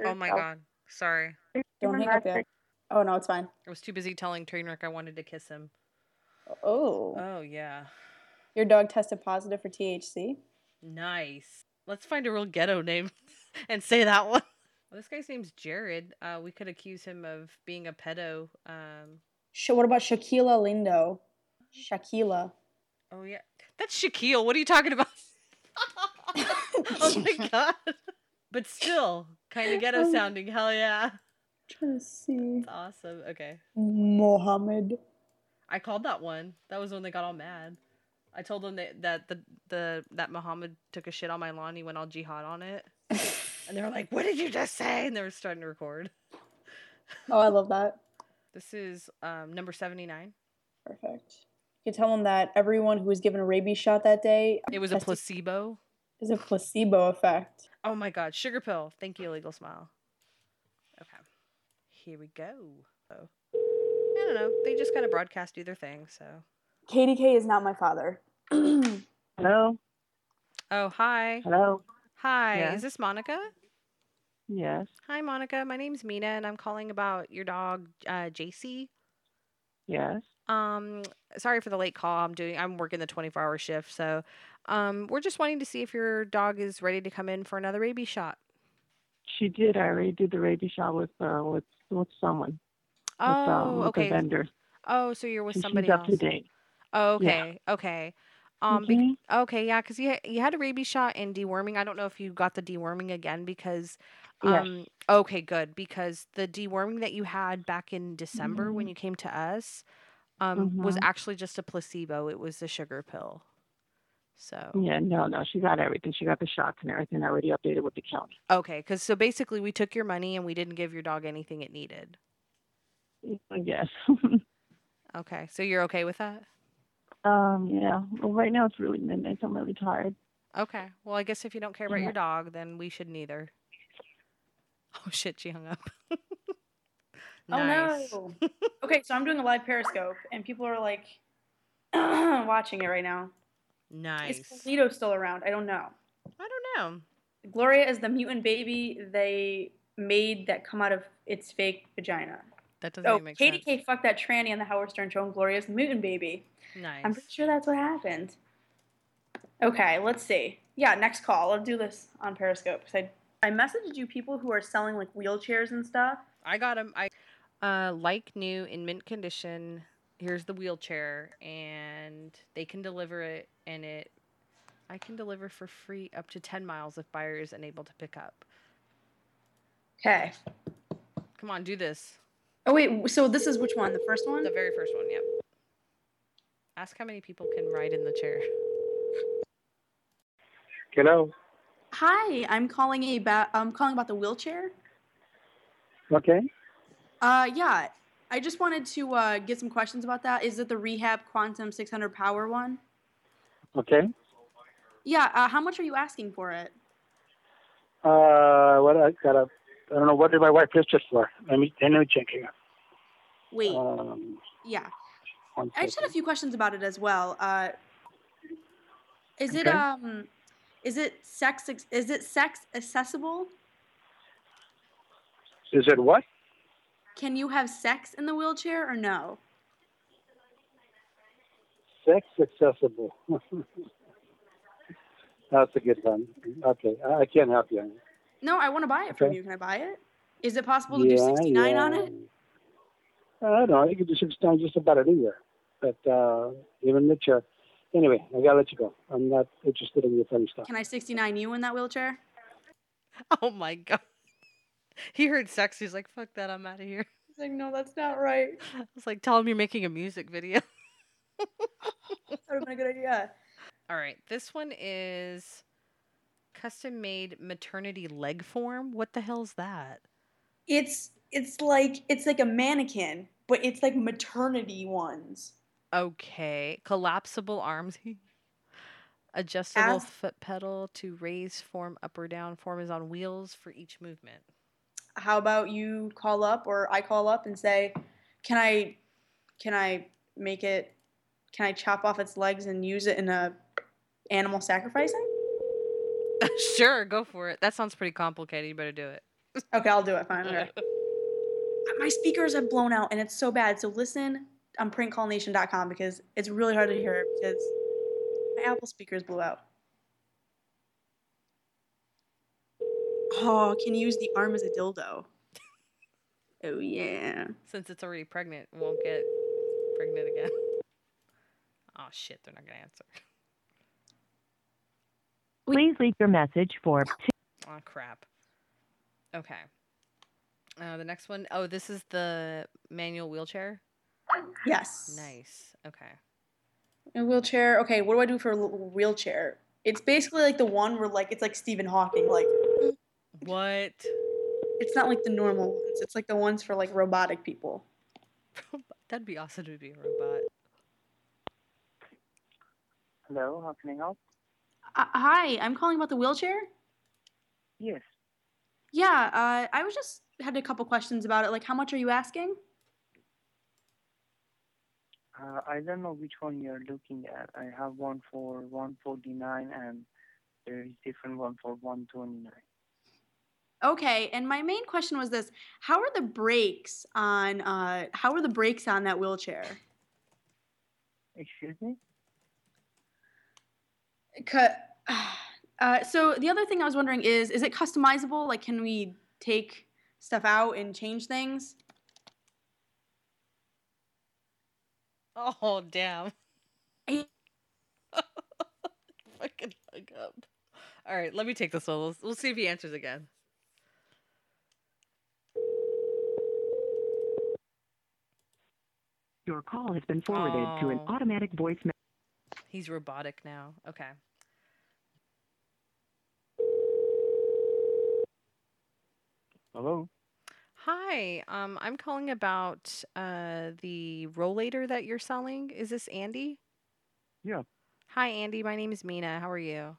S4: Oh my god. Sorry.
S8: Don't hang up yet. Oh no, it's fine.
S4: I was too busy telling Trainwreck I wanted to kiss him.
S8: Oh.
S4: Oh yeah.
S8: Your dog tested positive for THC.
S4: Nice. Let's find a real ghetto name [LAUGHS] and say that one. Well, this guy's name's Jared. Uh, we could accuse him of being a pedo. Um,
S8: Sh- what about Shaquila Lindo? Shaquila.
S4: oh yeah, that's Shaquille. What are you talking about? [LAUGHS]
S8: [LAUGHS]
S4: oh my god. But still, kind of ghetto
S8: Um,
S4: sounding. Hell yeah.
S8: trying to see.
S4: It's awesome. Okay.
S8: Mohammed.
S4: I called that one. That was when they got all mad. I told them that, that the the that Muhammad took a shit on my lawn. He went all jihad on it, and they were like, "What did you just say?" And they were starting to record.
S8: Oh, I love that.
S4: This is um, number seventy nine.
S8: Perfect. You could tell him that everyone who was given a rabies shot that day.
S4: It was a
S8: tested-
S4: placebo.
S8: it was a placebo effect.
S4: Oh my god, sugar pill. Thank you, illegal smile. Okay, here we go. Oh. I don't know. They just kind of broadcast do their thing. So,
S8: KDK is not my father. [CLEARS THROAT]
S12: Hello.
S4: oh hi,
S12: Hello.
S4: hi.
S12: Yeah.
S4: Is this Monica?
S12: Yes.
S4: Hi, Monica. My name's Mina, and I'm calling about your dog, uh, JC.
S12: Yes.
S4: Um, sorry for the late call. I'm doing. I'm working the 24 hour shift, so um, we're just wanting to see if your dog is ready to come in for another rabies shot.
S12: She did. I already did the rabies shot with uh, with with someone. With, um,
S4: Oh,
S12: with
S4: okay.
S12: A vendor.
S4: Oh, so you're with
S12: And
S4: somebody
S12: she's up
S4: else.
S12: to date.
S4: Oh,
S12: Yeah. Mm-hmm.
S4: okay. Okay. Um. bec- okay. Yeah. Because you ha- you had a rabies shot and deworming. I don't know if you got the deworming again because.
S12: Yes.
S4: Um, Okay. Good. Because the deworming that you had back in December
S12: Mm-hmm.
S4: when you came to us, um, was
S12: Mhm.
S4: actually just a placebo. It was the sugar pill. So.
S8: Oh.
S12: Yeah. No. No. She got everything. She got the shots and everything. I already updated with the county.
S4: Okay. Because so basically, we took your money and we didn't give your dog anything it needed.
S12: Yes. [LAUGHS]
S4: Okay. So you're okay with that?
S12: um. Yeah. Well, right now it's really midnight. So I'm really tired.
S4: Okay. Well, I guess if you don't care about
S8: Mm-hmm.
S12: Yeah.
S4: your dog, then we should neither. [LAUGHS] Oh shit, she hung up. [LAUGHS] Nice.
S8: Oh no. okay, so I'm doing a live Periscope, and people are like [CLEARS THROAT] watching it right now.
S4: Nice.
S8: Is Polito still around? I don't know.
S4: I don't know.
S8: Gloria is the mutant baby they made that come out of its fake vagina.
S4: That doesn't
S8: Oh,
S4: even make
S8: Katie K fucked that tranny on the Howard Stern show, and Gloria's the mutant baby.
S4: sense. Nice.
S8: I'm pretty sure that's what happened. Okay, let's see. Yeah, next call. I'll do this on Periscope because I I messaged you people who are selling like wheelchairs and stuff.
S4: I got him. I uh, like new in mint condition. Here's the wheelchair, and they can deliver it, and it I can deliver for free up to ten miles if buyer is unable to pick up.
S8: Okay.
S4: Come on, do this.
S8: Oh wait, so this is which one? The first one?
S4: The very first one. Yep. Ask how many people can ride in the chair. [LAUGHS]
S9: Hello.
S8: Hi, I'm calling about I'm calling about the wheelchair.
S9: Okay.
S8: Uh, yeah, I just wanted to uh, get some questions about that. Is it the Rehab Quantum 600 Power one?
S9: Okay.
S8: Yeah. Uh, how much are you asking for it?
S9: Uh, what I gotta. I don't know what did my wife list it for. Let me let me check here.
S8: Wait.
S9: Um,
S8: yeah.
S9: one
S8: I just had a few questions about it as well. Uh, is it
S9: Okay.
S8: um, is it sex is it sex accessible?
S9: second. Is it what?
S8: Can you have sex in the wheelchair or no?
S9: Sex accessible. [LAUGHS] That's a good one. Okay, I, I can't help you.
S8: No, I want to buy it from
S9: Okay.
S8: you. Can I buy it? Is it possible to do
S9: Yeah,
S8: 69 on
S9: yeah.
S8: it?
S9: I don't know. You could do six times just about anywhere, but uh, even the chair. Anyway, I gotta let you go. I'm not interested in your funny stuff.
S8: Can I 69 you in that wheelchair?
S4: Oh my god. He heard sex. He's like, "Fuck that! I'm out of here." [LAUGHS]
S8: He's like, no, that's not right.
S4: I was like, "Tell him you're making a music video." [LAUGHS]
S8: That would have been a good idea.
S4: All right, this one is custom made maternity leg form. What the hell's that?
S8: It's it's like it's like a mannequin, but it's like maternity ones.
S4: Okay, collapsible arms. [LAUGHS] Adjustable
S8: Ask-
S4: foot pedal to raise form up or down. Form is on wheels for each movement. [LAUGHS]
S8: How about you call up or I call up and say, "Can I can I make it can I chop off its legs and use it in a animal sacrificing?"
S4: sure, go for it. That sounds pretty complicated. You better do it.
S8: Okay, I'll do it. Fine.
S4: [LAUGHS]
S8: Okay. My speakers have blown out and it's so bad. So listen um, on printcallnation.com because it's really hard to hear because my Apple speakers blew out. Oh, can you use the arm as a dildo? Oh yeah.
S4: Since it's already pregnant, it won't get pregnant again. [LAUGHS] Oh shit, they're not gonna answer. [LAUGHS]
S2: Please leave your message for
S4: Oh crap. Okay. Uh, the next one oh this is the manual wheelchair.
S8: Yes.
S4: Nice. Okay.
S8: A wheelchair. Okay, what do I do for a l- wheelchair? It's basically like the one where like it's like Stephen Hawking. Like
S4: What?
S8: it's not like the normal ones. It's like the ones for like robotic people.
S4: That'd be awesome to be a robot.
S13: Hello, how can I help?
S8: Uh, hi, I'm calling about the wheelchair.
S13: Yes.
S8: Yeah, uh, I was just had a couple questions about it. Like, how much are you asking?
S13: Uh, I don't know which one you're looking at. I have one for 149 and there is different one for 129.
S8: Okay, and my main question was this: How are the brakes on? Uh, how are the brakes on that wheelchair?
S13: Excuse me?
S8: Cu- [SIGHS] Uh, so the other thing I was wondering is: Is it customizable? Like, can we take stuff out and change things?
S4: Oh damn. [LAUGHS] Fucking hung up. All right, let me take this one. We'll, we'll see if he answers again.
S2: Your call has been forwarded to an
S4: Oh.
S2: automatic voice message.
S4: He's robotic now. Okay.
S13: Hello?
S4: Hi. Um, I'm calling about uh, the rollator that you're selling. Is this Andy?
S14: Yeah, [LAUGHS]
S4: Hi, Andy. My name is Mina. How are you?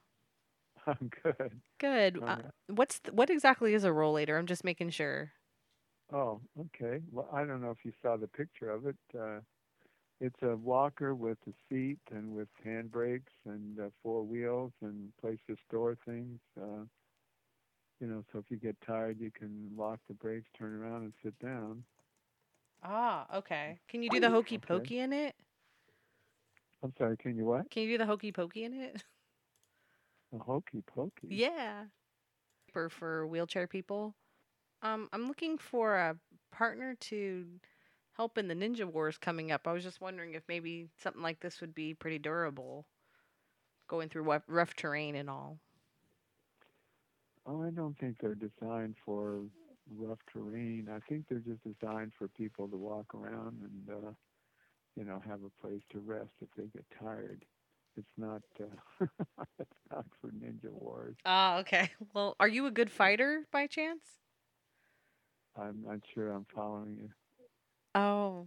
S14: I'm good.
S4: Good. Uh,
S14: Alright.
S4: what's th- what exactly is a rollator? I'm just making sure.
S14: Oh, okay. Well, I don't know if you saw the picture of it. Uh, it's a walker with a seat and with handbrakes and uh, four wheels and place to store things. Uh, you know, so if you get tired, you can lock the brakes, turn around, and sit down.
S4: Ah, okay. Can you do the hokey pokey in it?
S14: I'm sorry. Can you what?
S4: Can you do the hokey pokey in it? [LAUGHS]
S14: A hokey pokey.
S4: Yeah. For for wheelchair people. Um, I'm looking for a partner to help in the Ninja Wars coming up. I was just wondering if maybe something like this would be pretty durable, going through rough, rough terrain and all.
S14: Oh, I don't think they're designed for rough terrain. I think they're just designed for people to walk around and, uh, you know, have a place to rest if they get tired. It's not, uh, [LAUGHS] it's not for Ninja Wars.
S4: Ah, okay. [LAUGHS] Well, are you a good fighter by chance?
S14: I'm not sure I'm following you.
S4: Oh.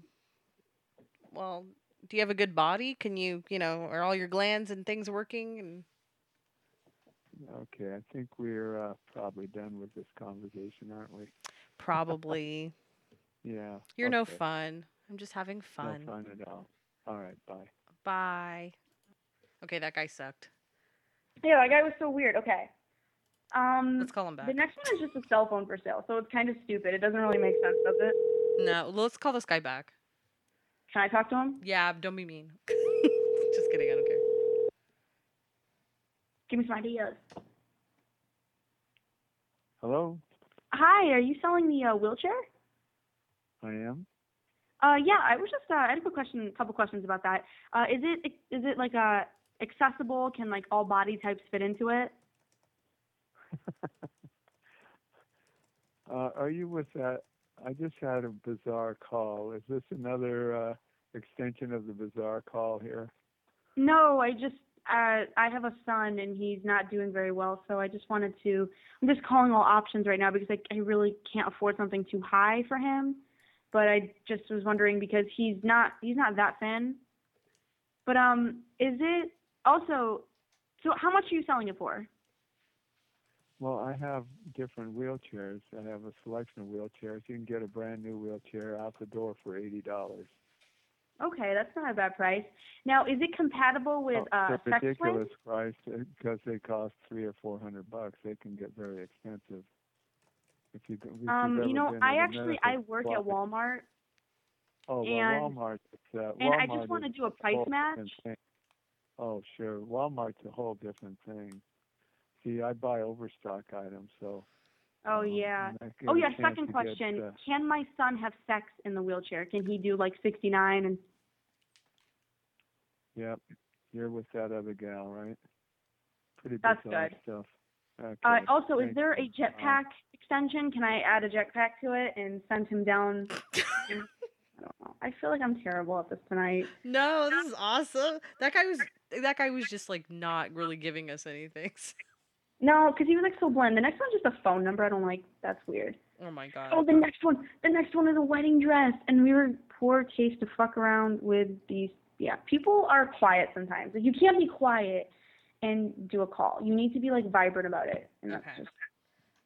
S4: Well, do you have a good body? Can you, you know, are all your glands and things working? [LAUGHS] And
S14: Okay, I think we're uh, probably done with this conversation, aren't we?
S4: probably.
S14: Yeah.
S4: You're no
S14: okay.
S4: fun. I'm just having fun.
S14: No fun at all. All right, bye.
S4: Bye. Okay, that guy sucked.
S8: Yeah, that guy was so weird. Okay. Um,
S4: Let's call him back.
S8: The next one is just a cell phone for sale, so it's kind of stupid. It doesn't really make sense, does it?
S4: No, let's call this guy back.
S8: Can I talk to him?
S4: [LAUGHS] Yeah, don't be mean. Just kidding, I don't care.
S11: Give me some ideas.
S14: Hello,
S11: Hi, are you selling the uh, wheelchair?
S14: I am.
S11: Uh, yeah, I was just uh, I had a quick question, a couple questions about that. Uh, is it is it like uh, accessible? Can like all body types fit into it?
S14: Uh, are you with that? I just had a bizarre call. Is this another uh, extension of the bizarre call here?
S11: No, I just uh, I have a son and he's not doing very well, so I just wanted to. I'm just calling all options right now because I, I really can't afford something too high for him. But I just was wondering because he's not he's not that thin. But um, is it also? So how much are you selling it for?
S14: Well, I have different wheelchairs. I have a selection of wheelchairs. You can get a brand new wheelchair out the door for eighty dollars.
S11: Okay, that's not a bad price. Now, is it compatible with uh,
S14: it's a
S11: sex
S14: Oh, ridiculous
S11: play?
S14: price because they cost three or four hundred bucks. They can get very expensive. If you, go- if you've
S11: Um,
S14: ever
S11: you know,
S14: been
S11: I
S14: in a
S11: actually I
S14: medical
S11: work
S14: closet-
S11: at Walmart.
S14: Oh, well,
S11: and-
S14: Walmart. It's, uh,
S11: and I
S14: Walmart
S11: just wanna
S14: is
S11: do a
S14: a
S11: price
S14: whole
S11: match.
S14: different thing. Oh, sure. Walmart's a whole different thing. See, I buy overstock items, so
S11: Oh yeah.
S14: Um, and that
S11: Oh
S14: gives
S11: yeah.
S14: a chance
S11: Second
S14: to get,
S11: question:
S14: uh,
S11: Can my son have sex in the wheelchair? Can he do like 69 and?
S14: yep, you're with that other gal, right? Pretty
S11: That's
S14: bizarre
S11: good.
S14: stuff.
S11: Uh,
S14: Okay,
S11: also, is
S14: thank
S11: there a
S14: you.
S11: jetpack extension? Can I add a jetpack to it and send him down? I don't know. I feel like I'm terrible at this tonight.
S4: No, this is awesome. That guy was that guy was just like not really giving us anything. [LAUGHS]
S11: No, because he was like so bland. The next one's just a phone number. I don't like. That's weird.
S4: Oh my god.
S11: Oh, the next one. The next one is a wedding dress, and we were poor case to fuck around with these. Yeah, people are quiet sometimes. Like you can't be quiet and do a call. You need to be like vibrant about it. And that's
S4: Okay.
S11: just,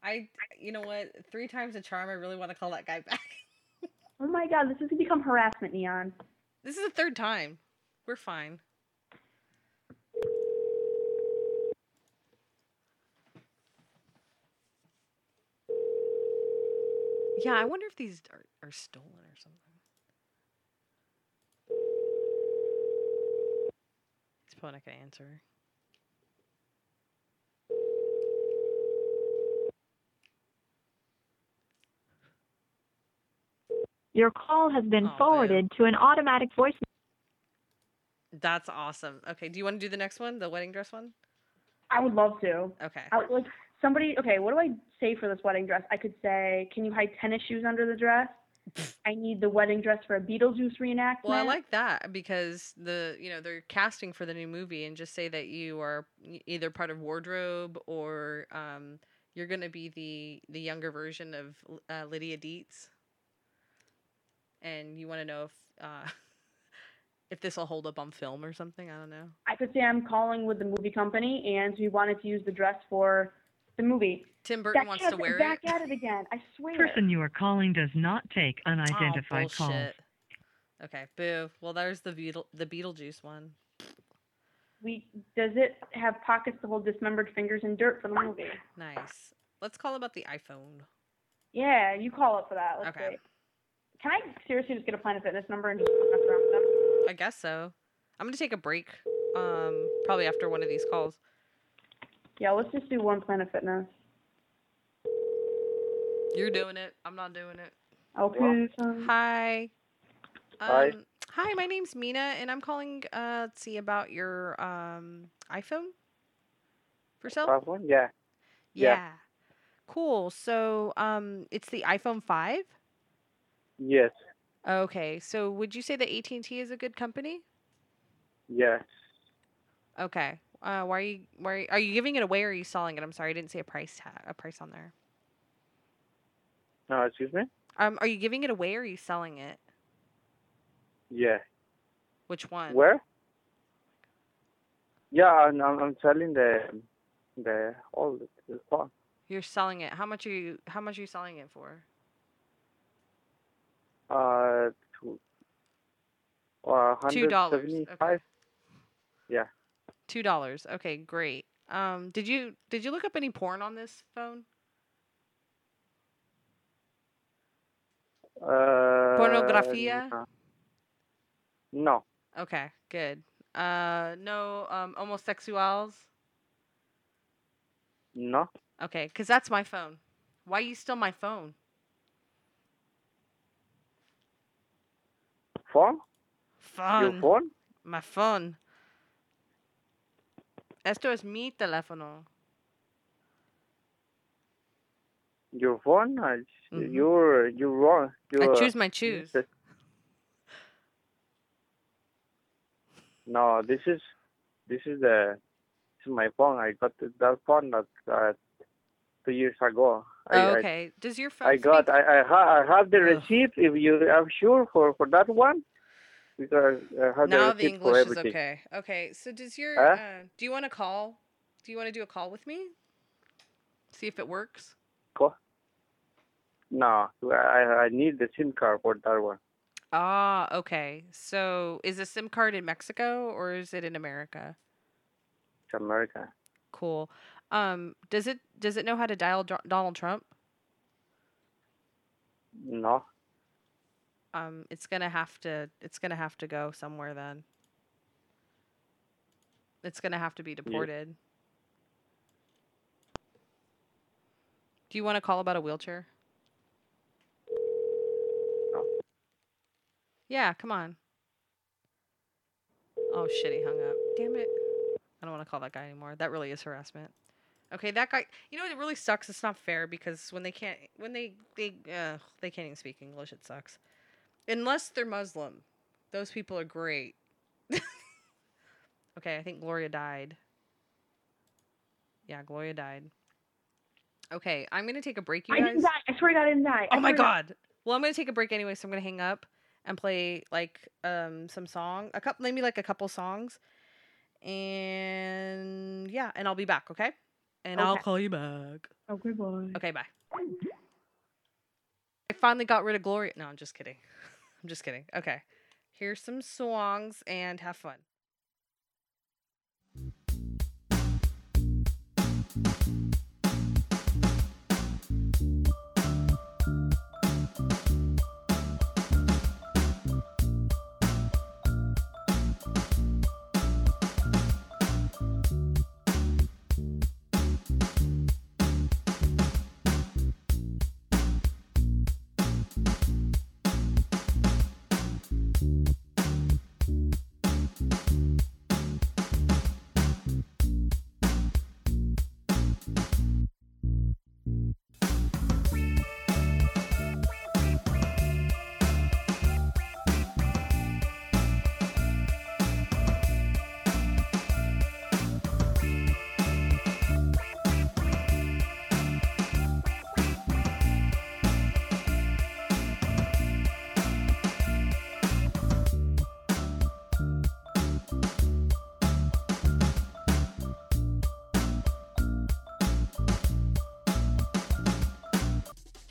S4: I you know what? Three times a charm. I really want to call that guy back.
S11: oh my god, this is gonna become harassment, Neon.
S4: This is the third time. We're fine. Yeah, I wonder if these are, are stolen or something. He's probably not gonna answer.
S15: Your call has been
S8: Oh,
S15: forwarded to an automatic voice.
S4: That's awesome. Okay, do you want to do the next one, the wedding dress one?
S11: I would love to.
S4: Okay.
S11: I, would- like somebody. Okay, what do I say for this wedding dress? I could say, can you hide tennis shoes under the
S4: [LAUGHS]
S11: dress? I need the wedding dress for a Beetlejuice reenactment.
S4: Well, I like that because the you know they're casting for the new movie, and just say that you are e- either part of wardrobe or um, you're going to be the the younger version of L- uh, Lydia Dietz, and you want to know if uh, [LAUGHS] if this will hold up on film or something. I don't know.
S11: I could say I'm calling with the movie company, and we wanted to use the dress for the movie.
S4: Tim Burton
S11: back
S4: wants
S11: at
S4: to
S11: it,
S4: wear
S11: back
S4: it.
S11: at it again. I swear.
S2: Person you are calling does not take unidentified
S4: oh,
S2: calls.
S4: bullshit. Okay, boo. Well, there's the Beetle the Beetlejuice one.
S11: We does it have pockets to hold dismembered fingers in dirt for the movie?
S4: Nice. Let's call about the iPhone.
S11: Yeah, you call it for that. Let's
S4: Okay.
S11: see. Can I seriously just get a Planet Fitness number and just mess around with them?
S4: I guess so. I'm gonna take a break. Um, probably after one of these calls.
S11: Yeah, let's just do one Planet Fitness.
S4: You're doing it. I'm not doing it.
S11: Okay.
S4: Hi.
S11: Hi.
S4: Um, hi, my name's Mina, and I'm calling. Uh, let's see about your um iPhone for sale.
S13: Problem? Yeah.
S4: Yeah. Cool. So, um, it's the iPhone five.
S13: Yes.
S4: Okay. So, would you say that AT and T is a good company?
S13: Yes.
S4: Okay. Uh, why are you why are you, are you giving it away or are you selling it? I'm sorry, I didn't see a price tag a price on there.
S13: No, excuse me.
S4: Um, are you giving it away or are you selling it?
S13: Yeah.
S4: Which one?
S13: Where? Yeah, I'm, I'm I'm selling the the all the, the phone.
S4: You're selling it. How much are you how much are you selling it for?
S13: Uh, two. Uh,
S4: Two dollars, okay.
S13: 175. Yeah.
S4: Two dollars. Okay, great. Um, did you did you look up any porn on this phone?
S13: Uh,
S4: Pornografía?
S13: no. No.
S4: Okay, good. Uh, no, um, homosexuals.
S13: No.
S4: Okay, because that's my phone. Why you steal my phone?
S13: Phone?
S4: Phone.
S13: Your phone?
S4: My phone. Esto es mi teléfono.
S13: Your phone? Uh, You're you're wrong.
S4: Mm-hmm. I
S13: You're,
S4: choose my choose.
S13: No, this is this is the this is my phone. I got th- that phone that uh, two years ago. I,
S4: Oh,
S13: I-
S4: okay. Does your phone?
S13: I got. I I, ha- I have the receipt. If you are sure for for that one, because I have
S4: now
S13: the
S4: the
S13: receipt
S4: English
S13: for
S4: is
S13: everything.
S4: okay. Okay. So does your?
S13: Huh?
S4: Uh, do you want to call? Do you want to do a call with me? See if it works.
S13: Co- No, I I need the SIM card for that one.
S4: Ah, okay. So is a SIM card in Mexico or is it in America?
S13: It's America.
S4: Cool. Um, does it does it know how to dial Do- Donald Trump?
S13: No.
S4: Um, it's gonna have to it's gonna have to go somewhere then. It's gonna have to be deported. Do you want to call about a wheelchair? Yeah, come on. Oh shit, he hung up. Damn it. I don't want to call that guy anymore. That really is harassment. Okay, that guy. You know, it really sucks. It's not fair because when they can't, when they they uh, they can't even speak English, it sucks. Unless they're Muslim, those people are great. [LAUGHS] okay, I think Gloria died. Yeah, Gloria died. Okay, I'm gonna take a break. You
S11: I
S4: guys.
S11: didn't die. I swear to God, I didn't die. I
S4: Oh my
S11: swear to
S4: god. Well, I'm gonna take a break anyway, so I'm gonna hang up and play like um some song, a couple, maybe like a couple songs, and yeah, and I'll be back, okay? Oh, And I'll
S11: Okay.
S4: call you back.
S11: Okay, bye.
S4: Okay, bye. I finally got rid of Gloria. No, I'm just kidding. [LAUGHS] I'm just kidding. Okay, here's some songs and have fun.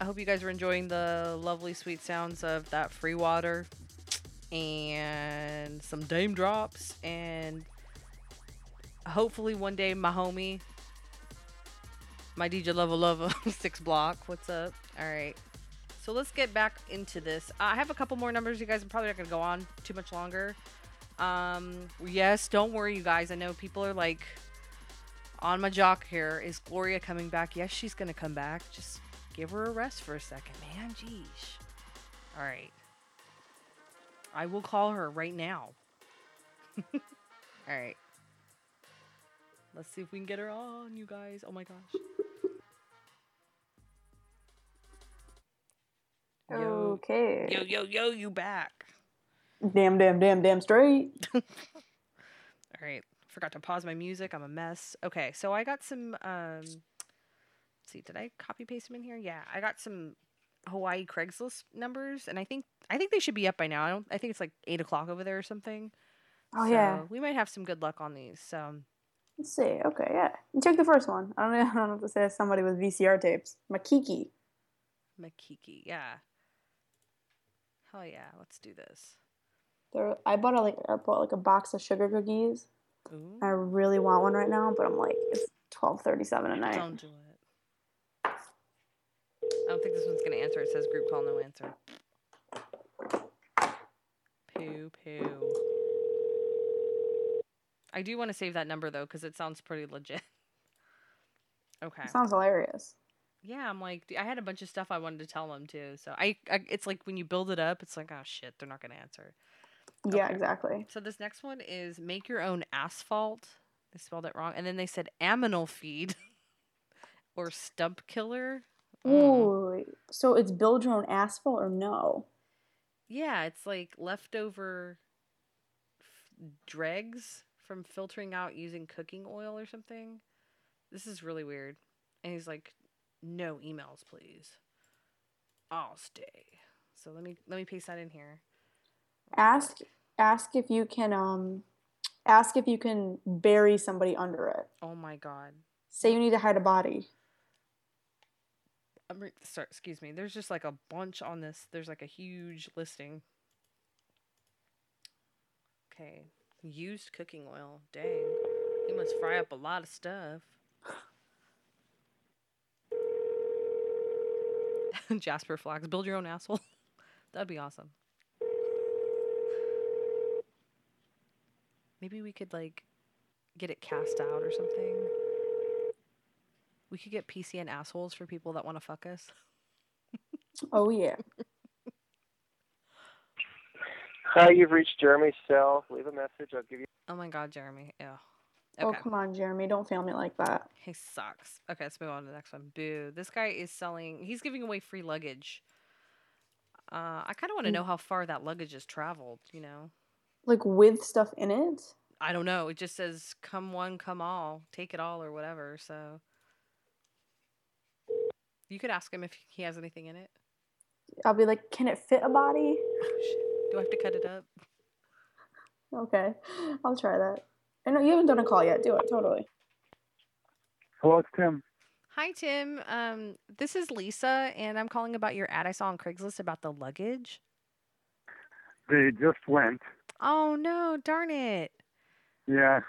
S4: I hope you guys are enjoying the lovely, sweet sounds of that free water and some dame drops. And hopefully, one day, my homie, my DJ Level Lover, [LAUGHS] Six Block, what's up? All right. So let's get back into this. I have a couple more numbers, you guys. I'm probably not going to go on too much longer. Um, yes, don't worry, you guys. I know people are like on my jock here. Is Gloria coming back? Yes, she's going to come back. Just give her a rest for a second, man. Jeez. All right. I will call her right now. [LAUGHS] All right. Let's see if we can get her on, you guys. Oh my gosh.
S8: Okay.
S4: Yo, yo, yo, you back.
S8: Damn, damn, damn, damn straight.
S4: [LAUGHS] All right. Forgot to pause my music. I'm a mess. Okay. So I got some. Um, let's see. Did I copy paste them in here? Yeah. I got some Hawaii Craigslist numbers, and I think I think they should be up by now. I don't. I think it's like eight o'clock over there or something.
S8: Oh, yeah.
S4: So We might have some good luck on these. So
S8: Let's see. Okay, yeah. You took the first one. I don't [LAUGHS] know. I don't know if to say that's somebody with VCR tapes. Makiki.
S4: Makiki. Yeah. Hell yeah. Let's do this.
S8: There, I bought a, like I bought like a box of sugar cookies. I really want one right now, but I'm like it's twelve thirty seven at night.
S4: Don't do it. I don't think this one's gonna answer. It says group call, no answer. Poo poo. I do want to save that number though, because it sounds pretty legit. [LAUGHS] Okay.
S8: It sounds hilarious.
S4: Yeah, I'm like, I had a bunch of stuff I wanted to tell them too. So I, I it's like when you build it up, it's like, oh shit, they're not gonna answer.
S8: Yeah, exactly.
S4: So this next one is make your own asphalt. They spelled it wrong, and then they said aminal feed [LAUGHS] or stump killer.
S8: Ooh, so it's build your own asphalt or no?
S4: Yeah, it's like leftover f- dregs from filtering out using cooking oil or something. This is really weird. And he's like, "No emails, please. I'll stay." So let me let me paste that in here.
S8: Ask ask if you can um ask if you can bury somebody under it.
S4: Oh my god.
S8: Say you need to hide a body.
S4: I'm re- sorry, excuse me. There's just like a bunch on this. There's like a huge listing. Okay, used cooking oil. Dang, he must fry up a lot of stuff. [LAUGHS] Jasper Flags, build your own asshole. [LAUGHS] That'd be awesome. Maybe we could like get it cast out or something. We could get PCN assholes for people that want to fuck us. [LAUGHS]
S8: Oh yeah.
S7: Hi, you've reached Jeremy's cell. Leave a message. I'll give you.
S4: Oh my god, Jeremy. Ew.
S8: Oh
S4: Okay.
S8: come on, Jeremy, don't fail me like that.
S4: He sucks. Okay, let's move on to the next one. Boo. This guy is selling, he's giving away free luggage. Uh, I kind of want to
S8: Mm.
S4: know how far that luggage has traveled, you know?
S8: Like with stuff in it.
S4: I don't know. It just says come one, come all, take it all or whatever. So you could ask him if he has anything in it.
S8: I'll be like, can it fit a [LAUGHS] body?
S4: Do I have to cut it up?
S8: Okay, I'll try that. I know you haven't done a call yet. Do it totally.
S9: Hello, it's Tim.
S4: Hi, Tim. Um, this is Lisa, and I'm calling about your ad I saw on Craigslist about the luggage.
S16: They just went.
S4: Oh, no. Darn it.
S16: Yeah.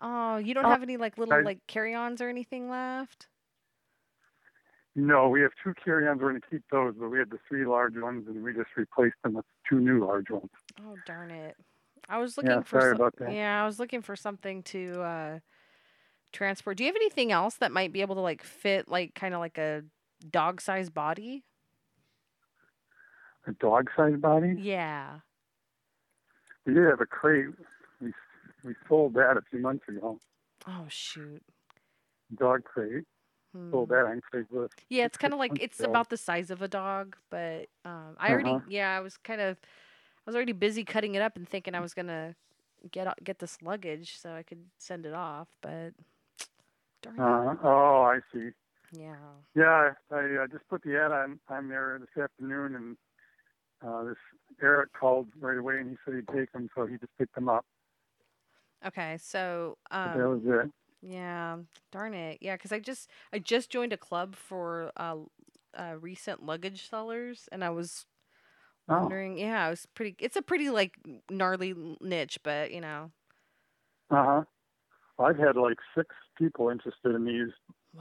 S4: Oh, you don't
S16: Oh,
S4: have any like little
S16: I-
S4: like carry-ons or anything left?
S16: No, we have two carry-ons. We're going to keep those, but we had the three large ones, and we just replaced them with two new large ones.
S4: Oh, darn it. I was
S16: Yeah,
S4: looking for
S16: sorry
S4: some-
S16: about that.
S4: Yeah, I was looking for something to uh transport. Do you have anything else that might be able to like fit like kind of like a dog-sized body?
S16: A dog-sized body.
S4: Yeah.
S16: We did have a crate. We we sold that a few months ago.
S4: Oh, shoot.
S16: Dog crate. Sold
S4: Hmm.
S16: that on Craigslist.
S4: Yeah, it's kind of like
S16: months
S4: it's
S16: ago.
S4: about the size of a dog, but um I already
S16: Uh-huh.
S4: yeah, I was kind of I was already busy cutting it up and thinking I was going to get o- get this luggage so I could send it off, but darn it.
S16: Uh, oh, I see.
S4: Yeah.
S16: Yeah, I, I uh, just put the ad on on there this afternoon, and uh, this Eric called right away, and he said he'd take them, so he just picked them up.
S4: Okay, so um
S16: that was it.
S4: Yeah, darn it. Yeah, because I just I just joined a club for uh, uh recent luggage sellers, and I was
S16: Oh.
S4: wondering. Yeah, I was pretty. It's a pretty like gnarly n- niche, but you know,
S16: Uh huh. Well, I've had like six people interested in these.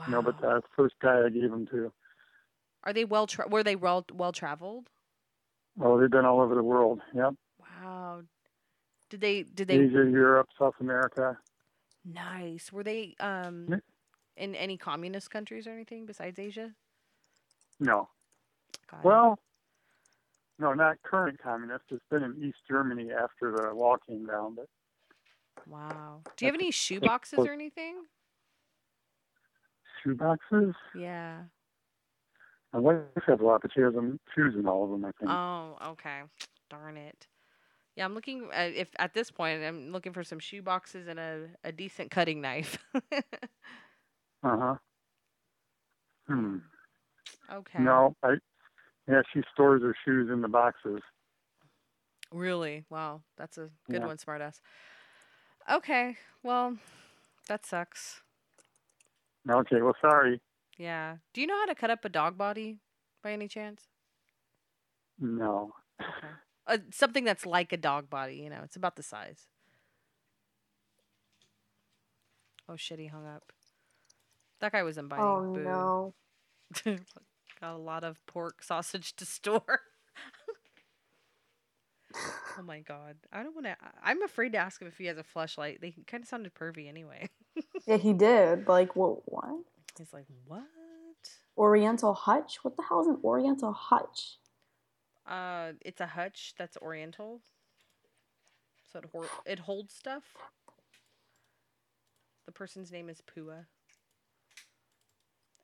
S16: You know, but that first guy I gave them to.
S4: are they well? Tra- were they well well traveled?
S16: Oh, they've been all over the world. Yep.
S4: Wow. Did they? Did they?
S16: Asia, Europe, South America.
S4: Nice. Were they um
S16: Yeah.
S4: in any communist countries or anything besides Asia?
S16: No. Well, no, not current communist. It's been in East Germany after the wall came down. But
S4: Wow. Do you have any shoe
S16: that's
S4: boxes
S16: close.
S4: or anything?
S16: shoe boxes.
S4: Yeah.
S16: My wife has a lot, but she has them shoes in all of them. I think.
S4: Oh, okay. Darn it. Yeah, I'm looking uh, if at this point I'm looking for some shoe boxes and a, a decent cutting knife. [LAUGHS]
S16: Uh huh. Hmm.
S4: okay.
S16: No, I. Yeah, she stores her shoes in the boxes.
S4: Really? Wow, that's a good
S16: Yeah.
S4: one, smartass. Okay. Well, that sucks.
S16: Okay, well, sorry.
S4: Yeah. Do you know how to cut up a dog body by any chance?
S16: No.
S4: Uh, something that's like a dog body, you know, it's about the size. Oh shit, he hung up. That guy was inviting.
S8: Oh
S4: Boo.
S8: no.
S4: [LAUGHS] Got a lot of pork sausage to store. [LAUGHS] oh my god. I don't want to. I'm afraid to ask him if he has a flashlight. They kind of sounded pervy anyway. [LAUGHS]
S8: Yeah, he did. Like, what? What?
S4: He's like, what?
S8: Oriental hutch? What the hell is an oriental hutch?
S4: Uh, it's a hutch that's oriental, so it hor- it holds stuff. The person's name is Pua.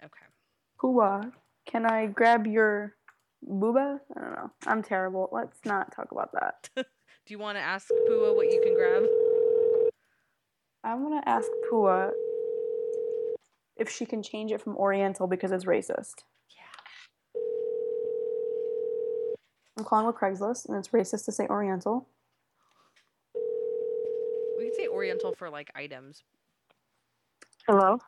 S4: Okay.
S8: Pua, can I grab your booba? I don't know. I'm terrible. Let's not talk about that. [LAUGHS]
S4: Do you want to ask Pua what you can grab?
S8: I'm gonna ask Pua if she can change it from Oriental because it's racist. I'm calling with Craigslist, and it's racist to say Oriental.
S4: We could say Oriental for like items.
S8: Hello.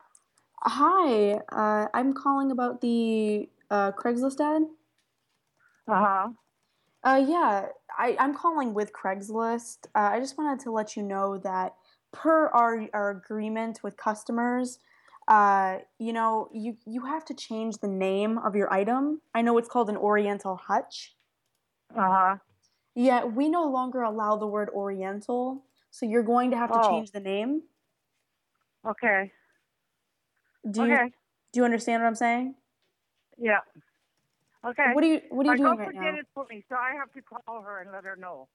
S8: Hi, uh, I'm calling about the uh, Craigslist ad. Uh-huh. Uh yeah, I, I'm calling with Craigslist. Uh, I just wanted to let you know that per our, our agreement with customers, uh, you know, you you have to change the name of your item. I know it's called an Oriental hutch. Uh-huh. Yeah, we no longer allow the word Oriental, so you're going to have to
S5: Oh.
S8: change the name.
S5: Okay.
S8: Do you,
S5: Okay.
S8: Do you understand what I'm saying?
S5: Yeah. Okay.
S8: What are you- what are you
S5: My
S8: doing
S5: girlfriend
S8: right now?
S5: did it for me, so I have to call her and let her know.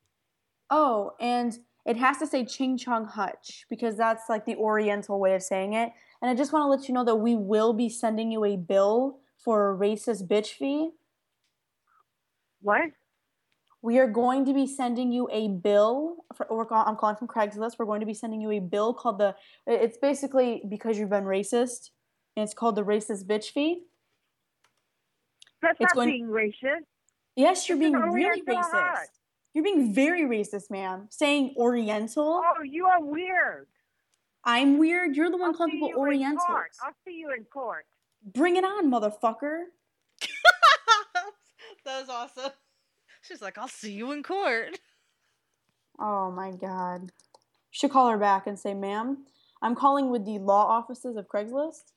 S8: Oh, and it has to say Ching Chong Hutch because that's like the Oriental way of saying it. And I just want to let you know that we will be sending you a bill for a racist bitch fee. What? We are going to be sending you a bill. For, we're call, I'm calling from Craigslist. We're going to be sending you a bill called the. It's basically because you've been racist, and it's called the racist bitch fee.
S5: That's not
S8: It's going-
S5: being racist.
S8: Yes, you're
S5: This is
S8: being really
S5: Oriental
S8: racist.
S5: hut.
S8: You're being very racist, ma'am. Saying Oriental.
S5: Oh, you are weird.
S8: I'm weird. You're the one calling
S5: See
S8: people
S5: you in
S8: Orientals.
S5: court. I'll see you in court.
S8: Bring it on, motherfucker.
S4: That was awesome. She's like, I'll see you in court.
S8: Oh my god. You should call her back and say, ma'am, I'm calling with the law offices of Craigslist.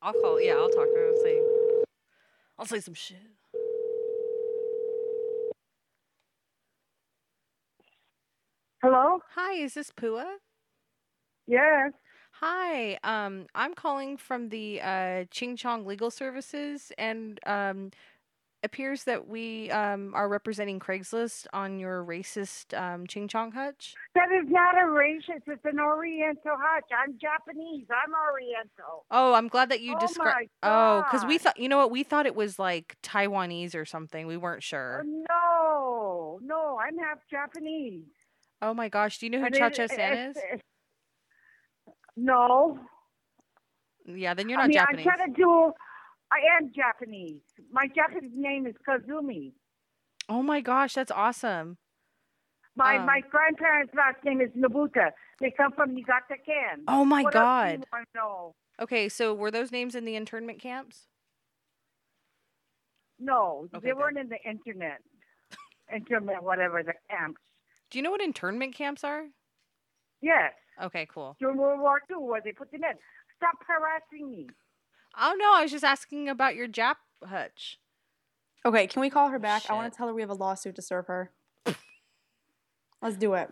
S4: I'll call. Yeah, I'll talk to her. I'll say, I'll say some shit.
S5: Hello?
S4: Hi, is this Pua?
S5: Yes.
S4: Hi, um, I'm calling from the uh, Ching Chong Legal Services, and um, appears that we um, are representing Craigslist on your racist um, Ching Chong hutch.
S5: That is not a racist. It's an Oriental hutch. I'm Japanese. I'm Oriental.
S4: Oh, I'm glad that you
S5: Oh
S4: described. Oh, because we thought, you know what, we thought it was like Taiwanese or something. We weren't
S5: Um,
S4: sure.
S5: No, no, I'm half Japanese.
S4: Oh my gosh, do you know who
S5: And it-
S4: Cha Cha
S5: it-
S4: San is?
S5: it- eh, No.
S4: Yeah, then you're
S5: I
S4: not
S5: mean,
S4: Japanese.
S5: I'm kind of dual. I am Japanese. My Japanese name is Kazumi.
S4: Oh my gosh, that's awesome.
S5: My
S4: Um,
S5: my grandparents' last name is Nobuta. They come from Niigataken.
S4: Oh my
S5: What else do you
S4: God.
S5: wanna know?
S4: Okay, so were those names in the internment camps?
S5: No,
S4: Okay,
S5: they
S4: good.
S5: weren't in the internet. internet, whatever the camps.
S4: Do you know what internment camps are?
S5: Yes,
S4: Okay, cool.
S5: during World War II, where they put them in. Stop harassing me.
S4: Oh no, I was just asking about your Jap hutch.
S8: Okay, can we call her back? I want to tell her we have a lawsuit to serve her. Let's do it.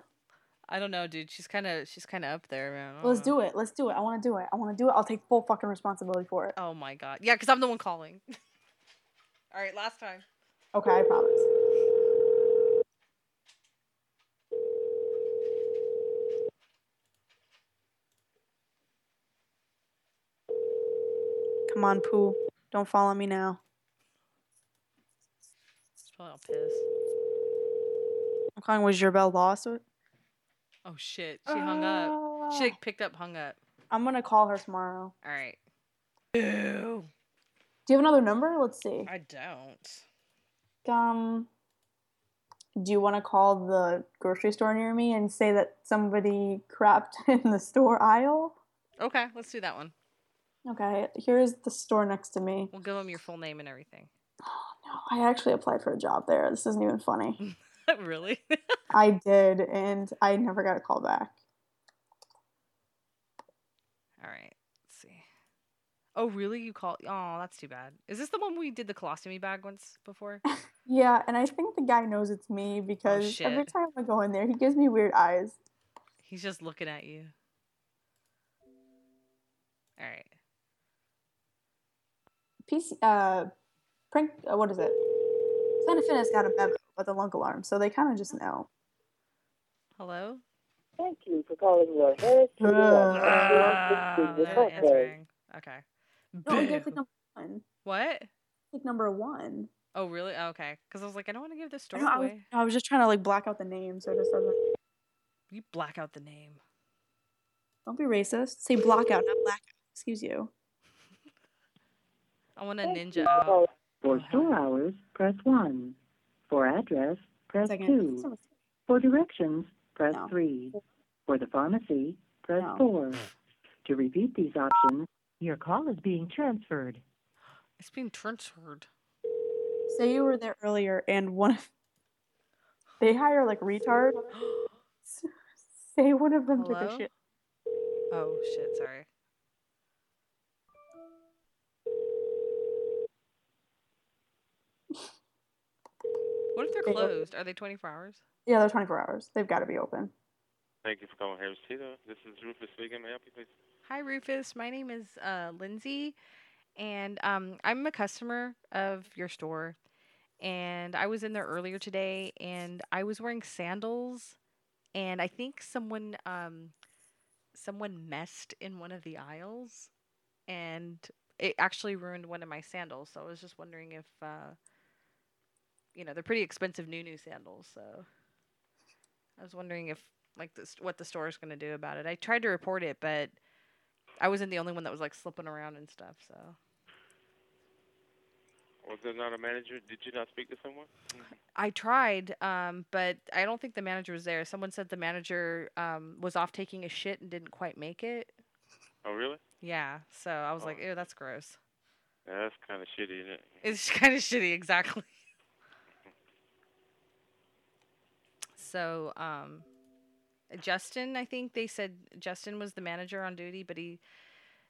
S4: I don't know, dude. She's kind of she's kind of up there, man. I
S8: Let's
S4: don't know.
S8: do it. Let's do it. I want to do it. I want to do it. I'll take full fucking responsibility for it.
S4: Oh my god. Yeah, because I'm the one calling. [LAUGHS] All right, last time.
S8: Okay, I promise. Come on, Pooh. Don't follow me now.
S4: She's probably all pissed.
S8: I'm calling with Gerbel lawsuit.
S4: Oh shit, she hung up. She like, picked up, hung up.
S8: I'm gonna call her Ah. tomorrow.
S4: All right.
S8: Do you have another number? Let's see.
S4: I don't.
S8: Um, do you want to call the grocery store near me and say that somebody crapped [LAUGHS] in the store aisle?
S4: Okay, let's do that one.
S8: Okay, here is the store next to me. Oh,
S4: We'll give them your full name and everything.
S8: I actually applied for a job there. This isn't even funny.
S4: [LAUGHS] really?
S8: I did, and I never got a call back.
S4: [LAUGHS] All right. Let's see. Oh, really? You call? Oh, that's too bad. Is this the one we did the colostomy bag once
S8: [LAUGHS]
S4: before?
S8: Yeah, and I think the guy knows it's me because every
S4: Oh, shit.
S8: time I go in there, he gives me weird eyes.
S4: He's just looking at you. All right.
S8: PC, uh, prank, uh, what is it? Sanafin has got a memo about the lunk alarm, so they kind of just know.
S4: Hello?
S17: Thank you for calling your Harris Teeter on
S4: Ah,
S17: 1216
S4: they're
S17: with
S4: not
S17: Parkway.
S4: answering. Okay.
S8: No, I
S4: Boo.
S8: click number one.
S4: What?
S8: Click number one.
S4: Oh, really? Okay. Because I was like, I don't want to give this
S8: I,
S4: story
S8: know, I, was,
S4: away.
S8: I was just trying to like black out the name, so it just doesn't.
S4: You black out the name.
S8: Don't be racist. Say block out, not black. Excuse you.
S4: I want a ninja
S8: Oh,
S4: out.
S17: For
S4: Uh-huh.
S17: store hours, press 1. For address, press
S8: Second.
S17: 2. For directions, press 3. For the pharmacy, press 4. To repeat these options, your call is being transferred.
S4: It's being transferred.
S8: Say you were there earlier, and one of they hire like
S4: [GASPS]
S8: retard. Say one of them took
S4: Hello?
S8: a shit.
S4: Oh, shit. Sorry. What if they're
S8: They go-
S4: closed? Are they 24 hours?
S8: Yeah, they're 24 hours. They've got to be open.
S18: Thank you for calling Harris Teeter. This is Rufus speaking. May I help you, please?
S4: Hi, Rufus. My name is uh, Lindsay, and um, I'm a customer of your store. And I was in there earlier today, and I was wearing sandals, and I think someone um, someone messed in one of the aisles, and it actually ruined one of my sandals. So I was just wondering if uh, you know they're pretty expensive new new sandals, so. I was wondering if like this what the store is going to do about it. I tried to report it, but I wasn't the only one that was like slipping around and stuff. So
S18: Was there not a manager? Did you not speak to someone?
S4: I tried, um, but I don't think the manager was there. Someone said the manager um, was off taking a shit and didn't quite make it.
S18: Oh, really?
S4: Yeah, so I was like,
S18: Oh.
S4: "Ew, that's gross."
S18: Yeah, that's kind of shitty, isn't it?
S4: It's [LAUGHS] kind of shitty, exactly. So, um, Justin, I think they said Justin was the manager on duty, but he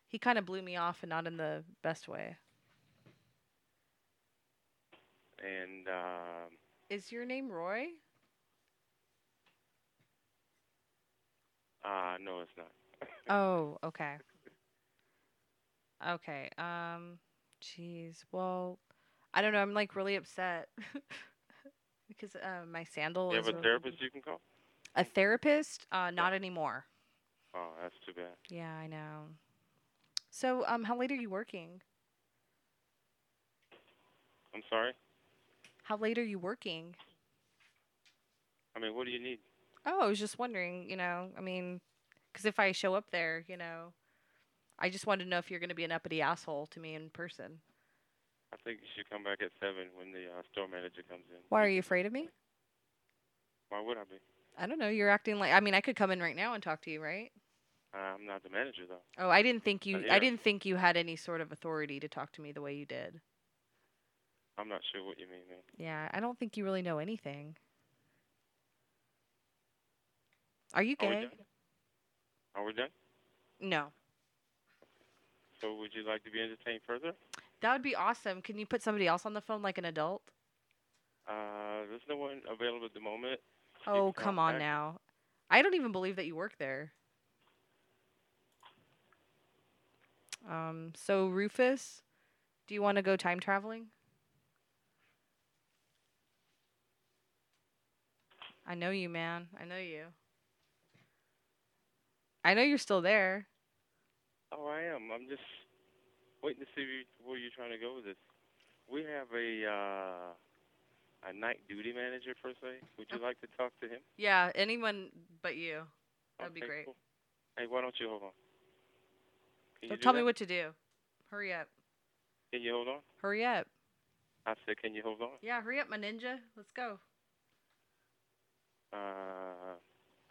S4: he kind of blew me off and not in the best way.
S18: And um,
S4: Is your name Roy?
S18: uh, no, it's not.
S4: Oh, okay. Okay. Um jeez. Well, I don't know. I'm like really upset [LAUGHS] because uh, my sandal
S18: you
S4: is
S18: have a
S4: ruined.
S18: therapist you can call?
S4: A therapist? Uh not anymore.
S18: Oh, that's too bad.
S4: Yeah, I know. So, um how late are you working?
S18: I'm sorry.
S4: How late are you working?
S18: I mean, what do you need?
S4: Oh, I was just wondering, you know, I mean, cuz if I show up there, you know, I just wanted to know if you're going to be an uppity asshole to me in person.
S18: I think you should come back at 7 when the uh, store manager comes in.
S4: Why are you afraid of me?
S18: Why would I be?
S4: I don't know. You're acting like I mean, I could come in right now and talk to you, right?
S18: Uh, I'm not the manager, though.
S4: Oh, I didn't think you. I
S18: here.
S4: didn't think you had any sort of authority to talk to me the way you did.
S18: I'm not sure what you mean, man.
S4: Yeah, I don't think you really know anything. Are you
S18: Are we
S4: gay?
S18: done? Are we done?
S4: No.
S18: So would you like to be entertained further?
S4: That would be awesome. Can you put somebody else on the phone, like an adult?
S18: Uh, there's no one available at the moment.
S4: Oh, come on
S18: back.
S4: now. I don't even believe that you work there. Um. So Rufus, do you want to go time traveling? I know you, man. I know you. I know you're still there.
S18: Oh, I am. I'm just waiting to see you- where you're trying to go with this. We have a uh, a night duty manager per se. Would
S4: Oh.
S18: you like to talk to him?
S4: Yeah, anyone but you. That'd be
S18: Okay,
S4: great.
S18: cool. Hey, why don't you hold on? Can you
S4: Don't
S18: do
S4: tell me
S18: that?
S4: what to do. Hurry up.
S18: Can you hold on?
S4: Hurry up.
S18: I said, can you hold on?
S4: Yeah, hurry up, my ninja. Let's go.
S18: Uh,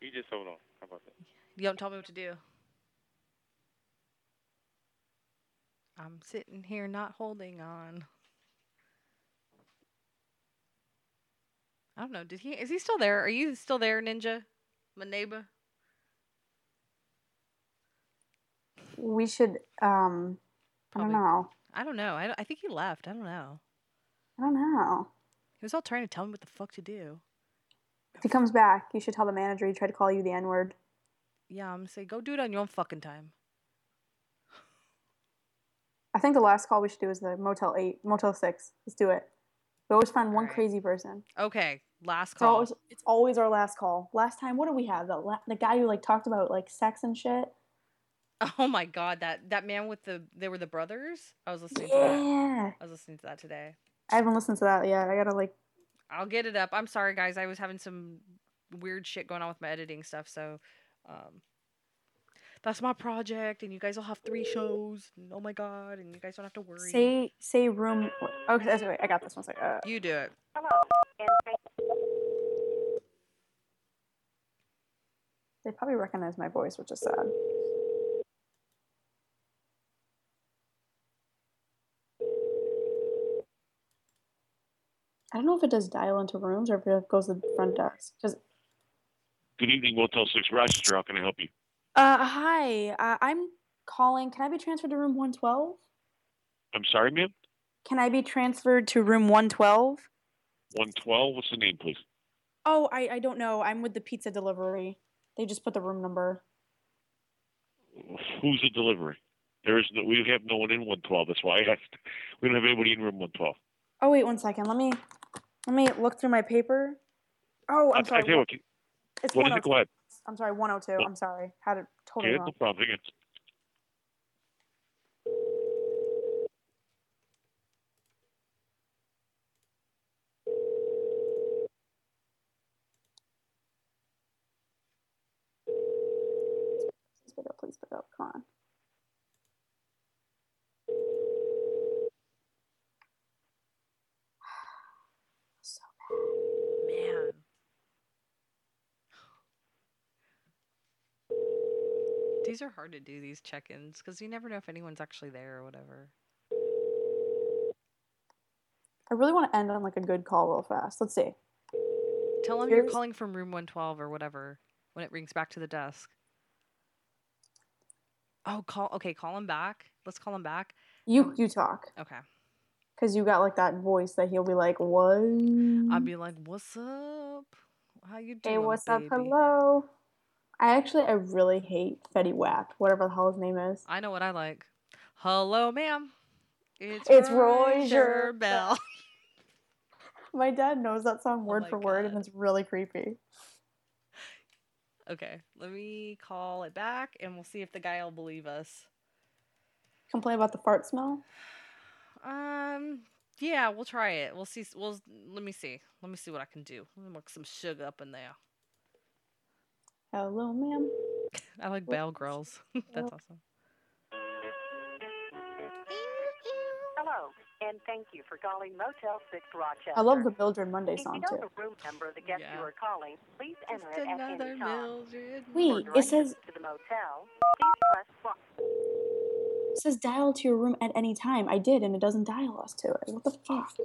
S18: you just hold on. How about that?
S4: You don't tell me what to do. I'm sitting here not holding on. I don't know. Did he? Is he still there? Are you still there, Ninja? My neighbor.
S8: We should. Um,
S4: Probably-
S8: I don't know.
S4: I don't know. I, don't- I think he left. I don't know.
S8: I don't know.
S4: He was all trying to tell me what the fuck to do.
S8: If he comes back, you should tell the manager he tried to call you the N word.
S4: Yeah, I'm gonna say go do it on your own fucking time.
S8: I think the last call we should do is the Motel 8, Motel 6. Let's do it. We always find one crazy person.
S4: Okay, last
S8: It's
S4: call.
S8: always, it's always our last call. Last time, what did we have? The, la- the guy who like talked about like sex and shit.
S4: [LAUGHS] Oh my god, that that man with the they were the brothers. I was listening. To
S8: Yeah.
S4: that. I was listening to that today.
S8: I haven't listened to that yet. I gotta like.
S4: I'll get it up. I'm sorry, guys. I was having some weird shit going on with my editing stuff, so um, that's my project. And you guys will have three shows. And oh my god! And you guys don't have to worry.
S8: Say say room. Oh, that's- wait, I got this one. Sorry. Uh,
S4: You do it.
S6: Hello. And thank
S8: they probably recognize my voice, which is sad. I don't know if it does dial into rooms or if it goes to the front desk. 'Cause-
S19: Good evening, Motel 6 Rochester. How can I help you?
S8: uh, hi, uh, I'm calling. Can I be transferred to room 112?
S19: I'm sorry, ma'am.
S8: Can I be transferred to room 112?
S19: 112. What's the name, please?
S8: Oh, I, I don't know. I'm with the pizza delivery. They just put the room number.
S19: Who's the delivery? There is no, we have no one in 112. That's why I asked. We don't have anybody in room 112.
S8: Oh, wait one second. Let me let me look through my paper. Oh, I'm
S19: I- I
S8: sorry.
S19: tell you what, can-
S8: It's
S19: what is it? Go
S8: 102.
S19: ahead.
S8: I'm sorry, 102. I'm sorry. Had it totally
S19: Okay,
S8: wrong.
S19: no problem. Hang on.
S8: Please pick up. Please pick up. Come on. [SIGHS]
S4: Man. These are hard to do these check-ins because you never know if anyone's actually there or whatever.
S8: I really want to end on like a good call real fast. Let's see.
S4: Tell them you're
S8: Here's-
S4: calling from room 112 or whatever when it rings back to the desk. Oh, call. Okay, call him back. Let's call him back.
S8: You you talk
S4: Okay.
S8: because you got like that voice that he'll be like, "What?
S4: I'd be like, "What's up? How you doing,
S8: hey, what's
S4: baby?"
S8: up? Hello." I actually I really hate Fetty Wap, whatever the hell his name is.
S4: I know what I like. Hello, ma'am. It's
S8: It's
S4: Roy
S8: Roy
S4: Gerbel. Bell.
S8: My dad knows that
S4: Oh
S8: song word for word, and it's really creepy.
S4: [LAUGHS] Okay, let me call it back, and we'll see if the guy will believe us.
S8: Complain about the fart smell.
S4: Um, yeah, we'll try it. We'll see. s- We'll s- let me see. Let me see what I can do. Let me work some sugar up in there.
S8: Hello, Oh, ma'am.
S4: [LAUGHS] I like Bell Girls. [LAUGHS] That's awesome.
S20: Hello, and thank you for calling Motel 6 Rochester.
S8: I love the Mildred Monday
S20: If you
S8: song
S20: know
S8: too.
S20: the room number of the guest you are calling, please enter it at
S4: another
S20: any time.
S8: Wait, it says
S20: To the motel, please press 1.
S8: it says dial to your room at any time. I did, and it doesn't dial us to it. What the fuck?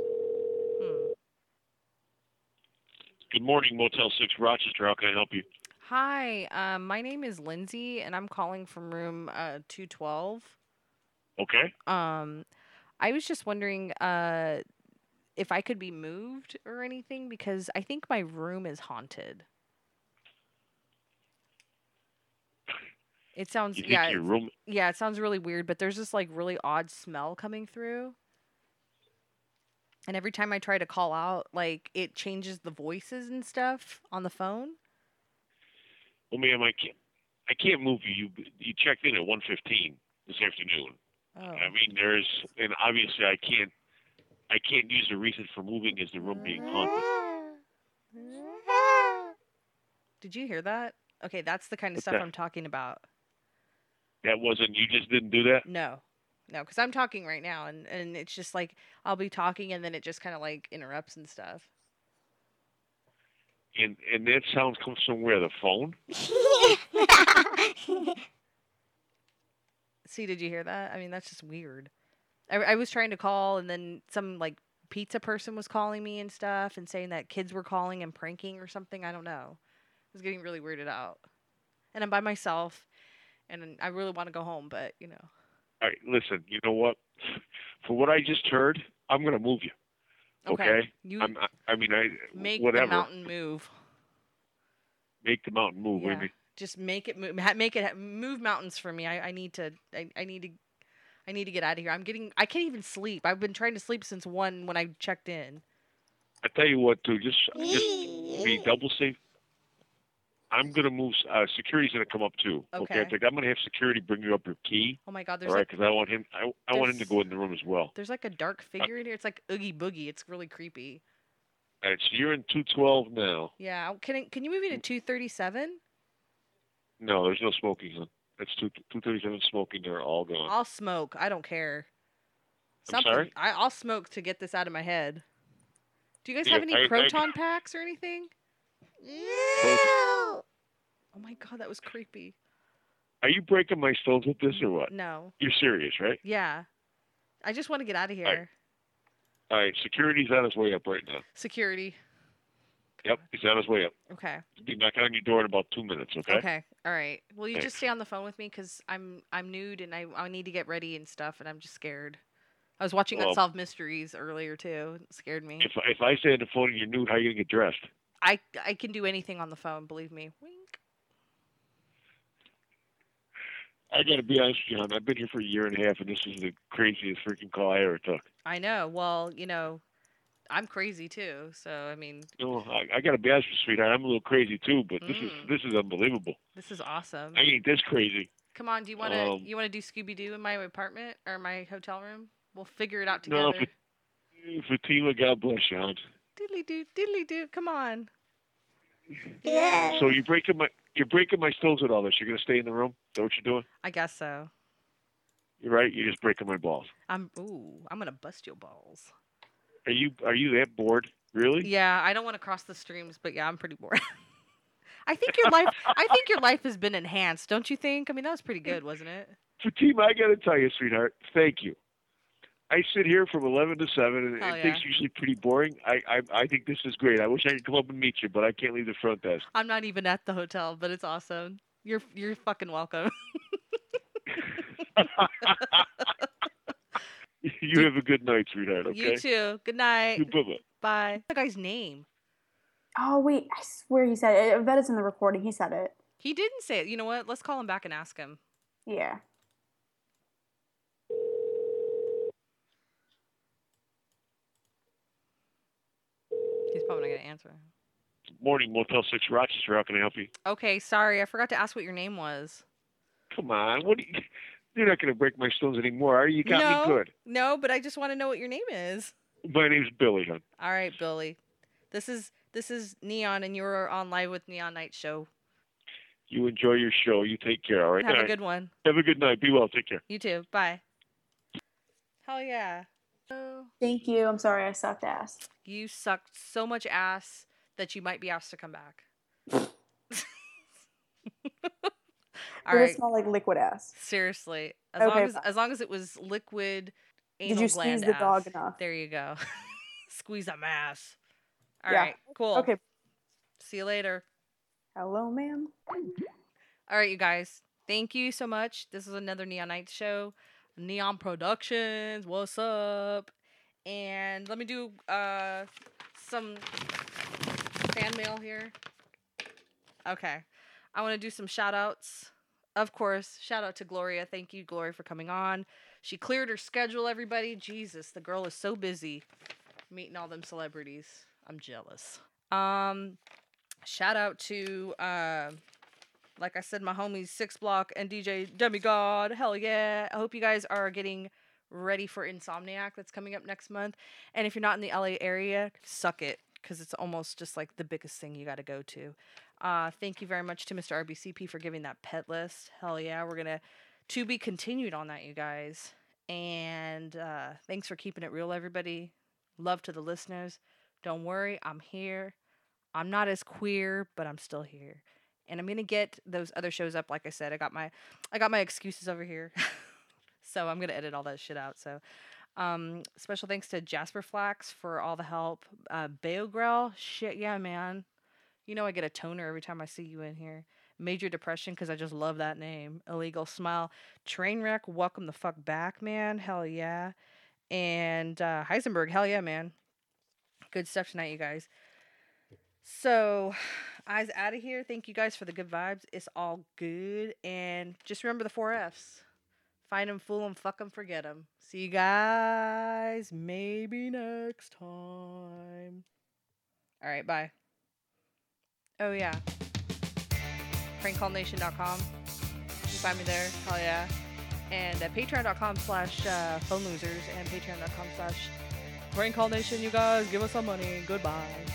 S19: Good morning, Motel 6 Rochester. How can I help you?
S4: Hi, um, my name is Lindsay, and I'm calling from room uh, 212.
S19: Okay.
S4: Um, I was just wondering uh, if I could be moved or anything because I think my room is haunted. It sounds
S19: You think
S4: yeah,
S19: your
S4: it's-
S19: room-
S4: yeah, it sounds really weird, but there's this like really odd smell coming through. And every time I try to call out, like it changes the voices and stuff on the phone.
S19: Well, ma'am, I can't, I can't move you. You, you checked in at 1:15 this afternoon.
S8: Oh.
S9: Oh.
S19: I mean, there's, and obviously I can't, I can't use the reason for moving as the room being haunted.
S4: Did you hear that? Okay, that's the kind of
S19: What's
S4: stuff
S19: that?
S4: I'm talking about.
S19: That wasn't, you just didn't do that?
S4: No, no, because I'm talking right now, and and it's just like I'll be talking, and then it just kind of like interrupts and stuff.
S9: Mm.
S19: And, and that sound comes from where? The phone?
S4: See, did you hear that? I mean, that's just weird. I, I was trying to call, and then some like pizza person was calling me and stuff, and saying that kids were calling and pranking or something. I don't know. I was getting really weirded out, and I'm by myself, and I really want to go home, but you know.
S19: All right, listen, you know what? For what I just heard, I'm going to move you.
S4: Okay,
S19: Okay?
S4: you
S19: I'm, I, I mean, I,
S4: Make
S19: whatever.
S4: the mountain move.
S19: Make the mountain move. What do you
S4: Yeah. Just make it move. Make it ha- move mountains for me. I, I need to. I, I need to. I need to get out of here. I'm getting. I can't even sleep. I've been trying to sleep since one when I checked in.
S19: I tell you what, too, just
S4: [LAUGHS]
S19: just be double safe. I'm gonna move. Uh, security's gonna come up too.
S4: Okay.
S19: I think I'm gonna have security bring you up your key.
S4: Oh my God, there's
S19: All right,
S4: like-
S19: because I want him. I, I want him to
S4: there's-
S19: go in the room as well.
S4: There's like a dark figure in here. It's like Oogie Boogie. It's really creepy.
S19: All right, so you're in 212 now.
S4: Yeah. I- Can I- can you move me to two thirty seven?
S19: No, there's no smoking. Huh? That's two 237 smoking. They're all gone.
S4: I'll smoke. I don't care.
S19: I'm
S4: Something.
S19: sorry?
S4: I, I'll smoke to get this out of my head. Do you guys
S19: Yeah,
S4: have any
S19: I- I-
S4: proton packs or anything? Oh my God, that was creepy.
S19: Are you breaking my stones with this or what?
S4: No.
S19: You're serious, right?
S4: Yeah. I just want to get out of here.
S19: All right, security's on his way up right now.
S4: Security.
S19: Yep, he's on his way up.
S4: Okay.
S19: He'll be knocking on your door in about two minutes, okay?
S4: All right. Will you
S19: Thanks.
S4: just stay on the phone with me? Cause I'm I'm nude and I I need to get ready and stuff, and I'm just scared. I was watching
S19: Well-
S4: Unsolved Mysteries earlier too. It scared me.
S19: If if I stay on the phone and you're nude, how are you gonna get dressed?
S4: I I can do anything on the phone. Believe me. Wink.
S19: I gotta be honest with you, hon. I've been here for a year and a half, and this is the craziest freaking call I ever took.
S4: I know. Well, you know, I'm crazy too. So I mean,
S19: You know, I, I gotta be honest with you, sweetheart. I'm a little crazy too, but this
S4: Mm.
S19: is this is unbelievable.
S4: this is awesome.
S19: I ain't this crazy.
S4: Come on. Do you want to
S19: Um,
S4: you want to do Scooby Doo in my apartment or my hotel room? We'll figure it out
S19: No,
S4: together.
S19: Fa- Fatima, God bless you, hon.
S4: Diddly doo, diddly doo. Come on.
S19: So you're breaking my you're breaking my stones with all this. You're gonna stay in the room. Is that what you're doing?
S4: I guess so.
S19: You're right. You're just breaking my balls.
S4: I'm ooh. I'm gonna bust your balls.
S19: Are you are you that bored? Really?
S4: Yeah, I don't want to cross the streams, but yeah, I'm pretty bored. [LAUGHS] I think your life I think your life has been enhanced, don't you think? I mean, that was pretty good, wasn't it?
S19: Fatima, I gotta tell you, sweetheart, thank you. I sit here from eleven to seven, and,
S4: Hell
S19: and
S4: yeah.
S19: things are usually pretty boring. I, I I think this is great. I wish I could come up and meet you, but I can't leave the front desk. [LAUGHS]
S4: I'm not even at the hotel, but it's awesome. You're you're fucking welcome. [LAUGHS]
S19: you have a good night, sweetheart. Okay.
S4: You too. Good night.
S19: Bye-bye.
S4: Bye. The guy's name.
S8: Oh wait, I swear he said it. I bet it's in the recording. He said it.
S4: He didn't say it. You know what? Let's call him back and ask him.
S8: Yeah.
S4: He's probably not gonna answer.
S19: Morning, Motel Six Rochester. How can I help you?
S4: Okay, sorry, I forgot to ask what your name was.
S19: Come on, what? Are you, [LAUGHS] you're not gonna break my stones anymore, are you? You got
S4: no,
S19: me good.
S4: No, but I just want to know what your name is.
S19: My name's Billy. Hon.
S4: All right, Billy. This is this is Neon, and you're on live with Neon Night Show.
S19: You enjoy your show. You take care. All right.
S4: Have
S19: All
S4: a
S19: right.
S4: good one.
S19: Have a good night. Be well. Take care.
S4: You too. Bye. Hell yeah. Oh,
S8: Thank you. I'm sorry I sucked ass.
S4: You sucked so much ass that you might be asked to come back. All
S8: Did
S4: right.
S8: It smell like liquid ass.
S4: Seriously. As
S8: Okay,
S4: long as
S8: fine.
S4: as long as it was liquid
S8: Did
S4: anal
S8: you
S4: gland
S8: squeeze the dog
S4: ass.
S8: enough?
S4: There you go. [LAUGHS] squeeze that ass. All right.
S8: Yeah.
S4: Cool.
S8: Okay.
S4: See you later.
S8: Hello, ma'am.
S4: All right, you guys. Thank you so much. This is another Neon Nights show. Neon Productions. What's up? And let me do uh some fan mail here. Okay. I want to do some shout outs. Of course, shout out to Gloria. Thank you, Gloria, for coming on. She cleared her schedule, everybody. Jesus, the girl is so busy meeting all them celebrities. I'm jealous. Um, shout out to uh, like I said, my homies Six Block and DJ Demigod. Hell yeah! I hope you guys are getting ready for Insomniac that's coming up next month. And if you're not in the LA area, suck it because it's almost just like the biggest thing you got to go to. Uh, thank you very much to Mr. RBCP for giving that pet list. Hell yeah, we're gonna to be continued on that, you guys. And uh, thanks for keeping it real, everybody. Love to the listeners. Don't worry, I'm here. I'm not as queer, but I'm still here. And I'm gonna get those other shows up. Like I said, I got my I got my excuses over here. [LAUGHS] so I'm gonna edit all that shit out. So um special thanks to Jasper Flax for all the help. Uh Baogrel, shit yeah, man. You know I get a toner every time I see you in here. Major Depression, because I just love that name. Illegal Smile. Trainwreck, welcome the fuck back, man. Hell yeah. And uh Heisenberg, hell yeah, man. Good stuff tonight, you guys. So, [SIGHS] eyes out of here. Thank you guys for the good vibes. It's all good. And just remember the four F's Find him, fool him, fuck him, forget him. See you guys maybe next time. All right, bye. Oh, yeah. Prankcallnation.com. You can find me there. Hell yeah. And at patreon.com slash uh, phone losers and patreon.com slash prankcallnation. You guys, give us some money. Goodbye.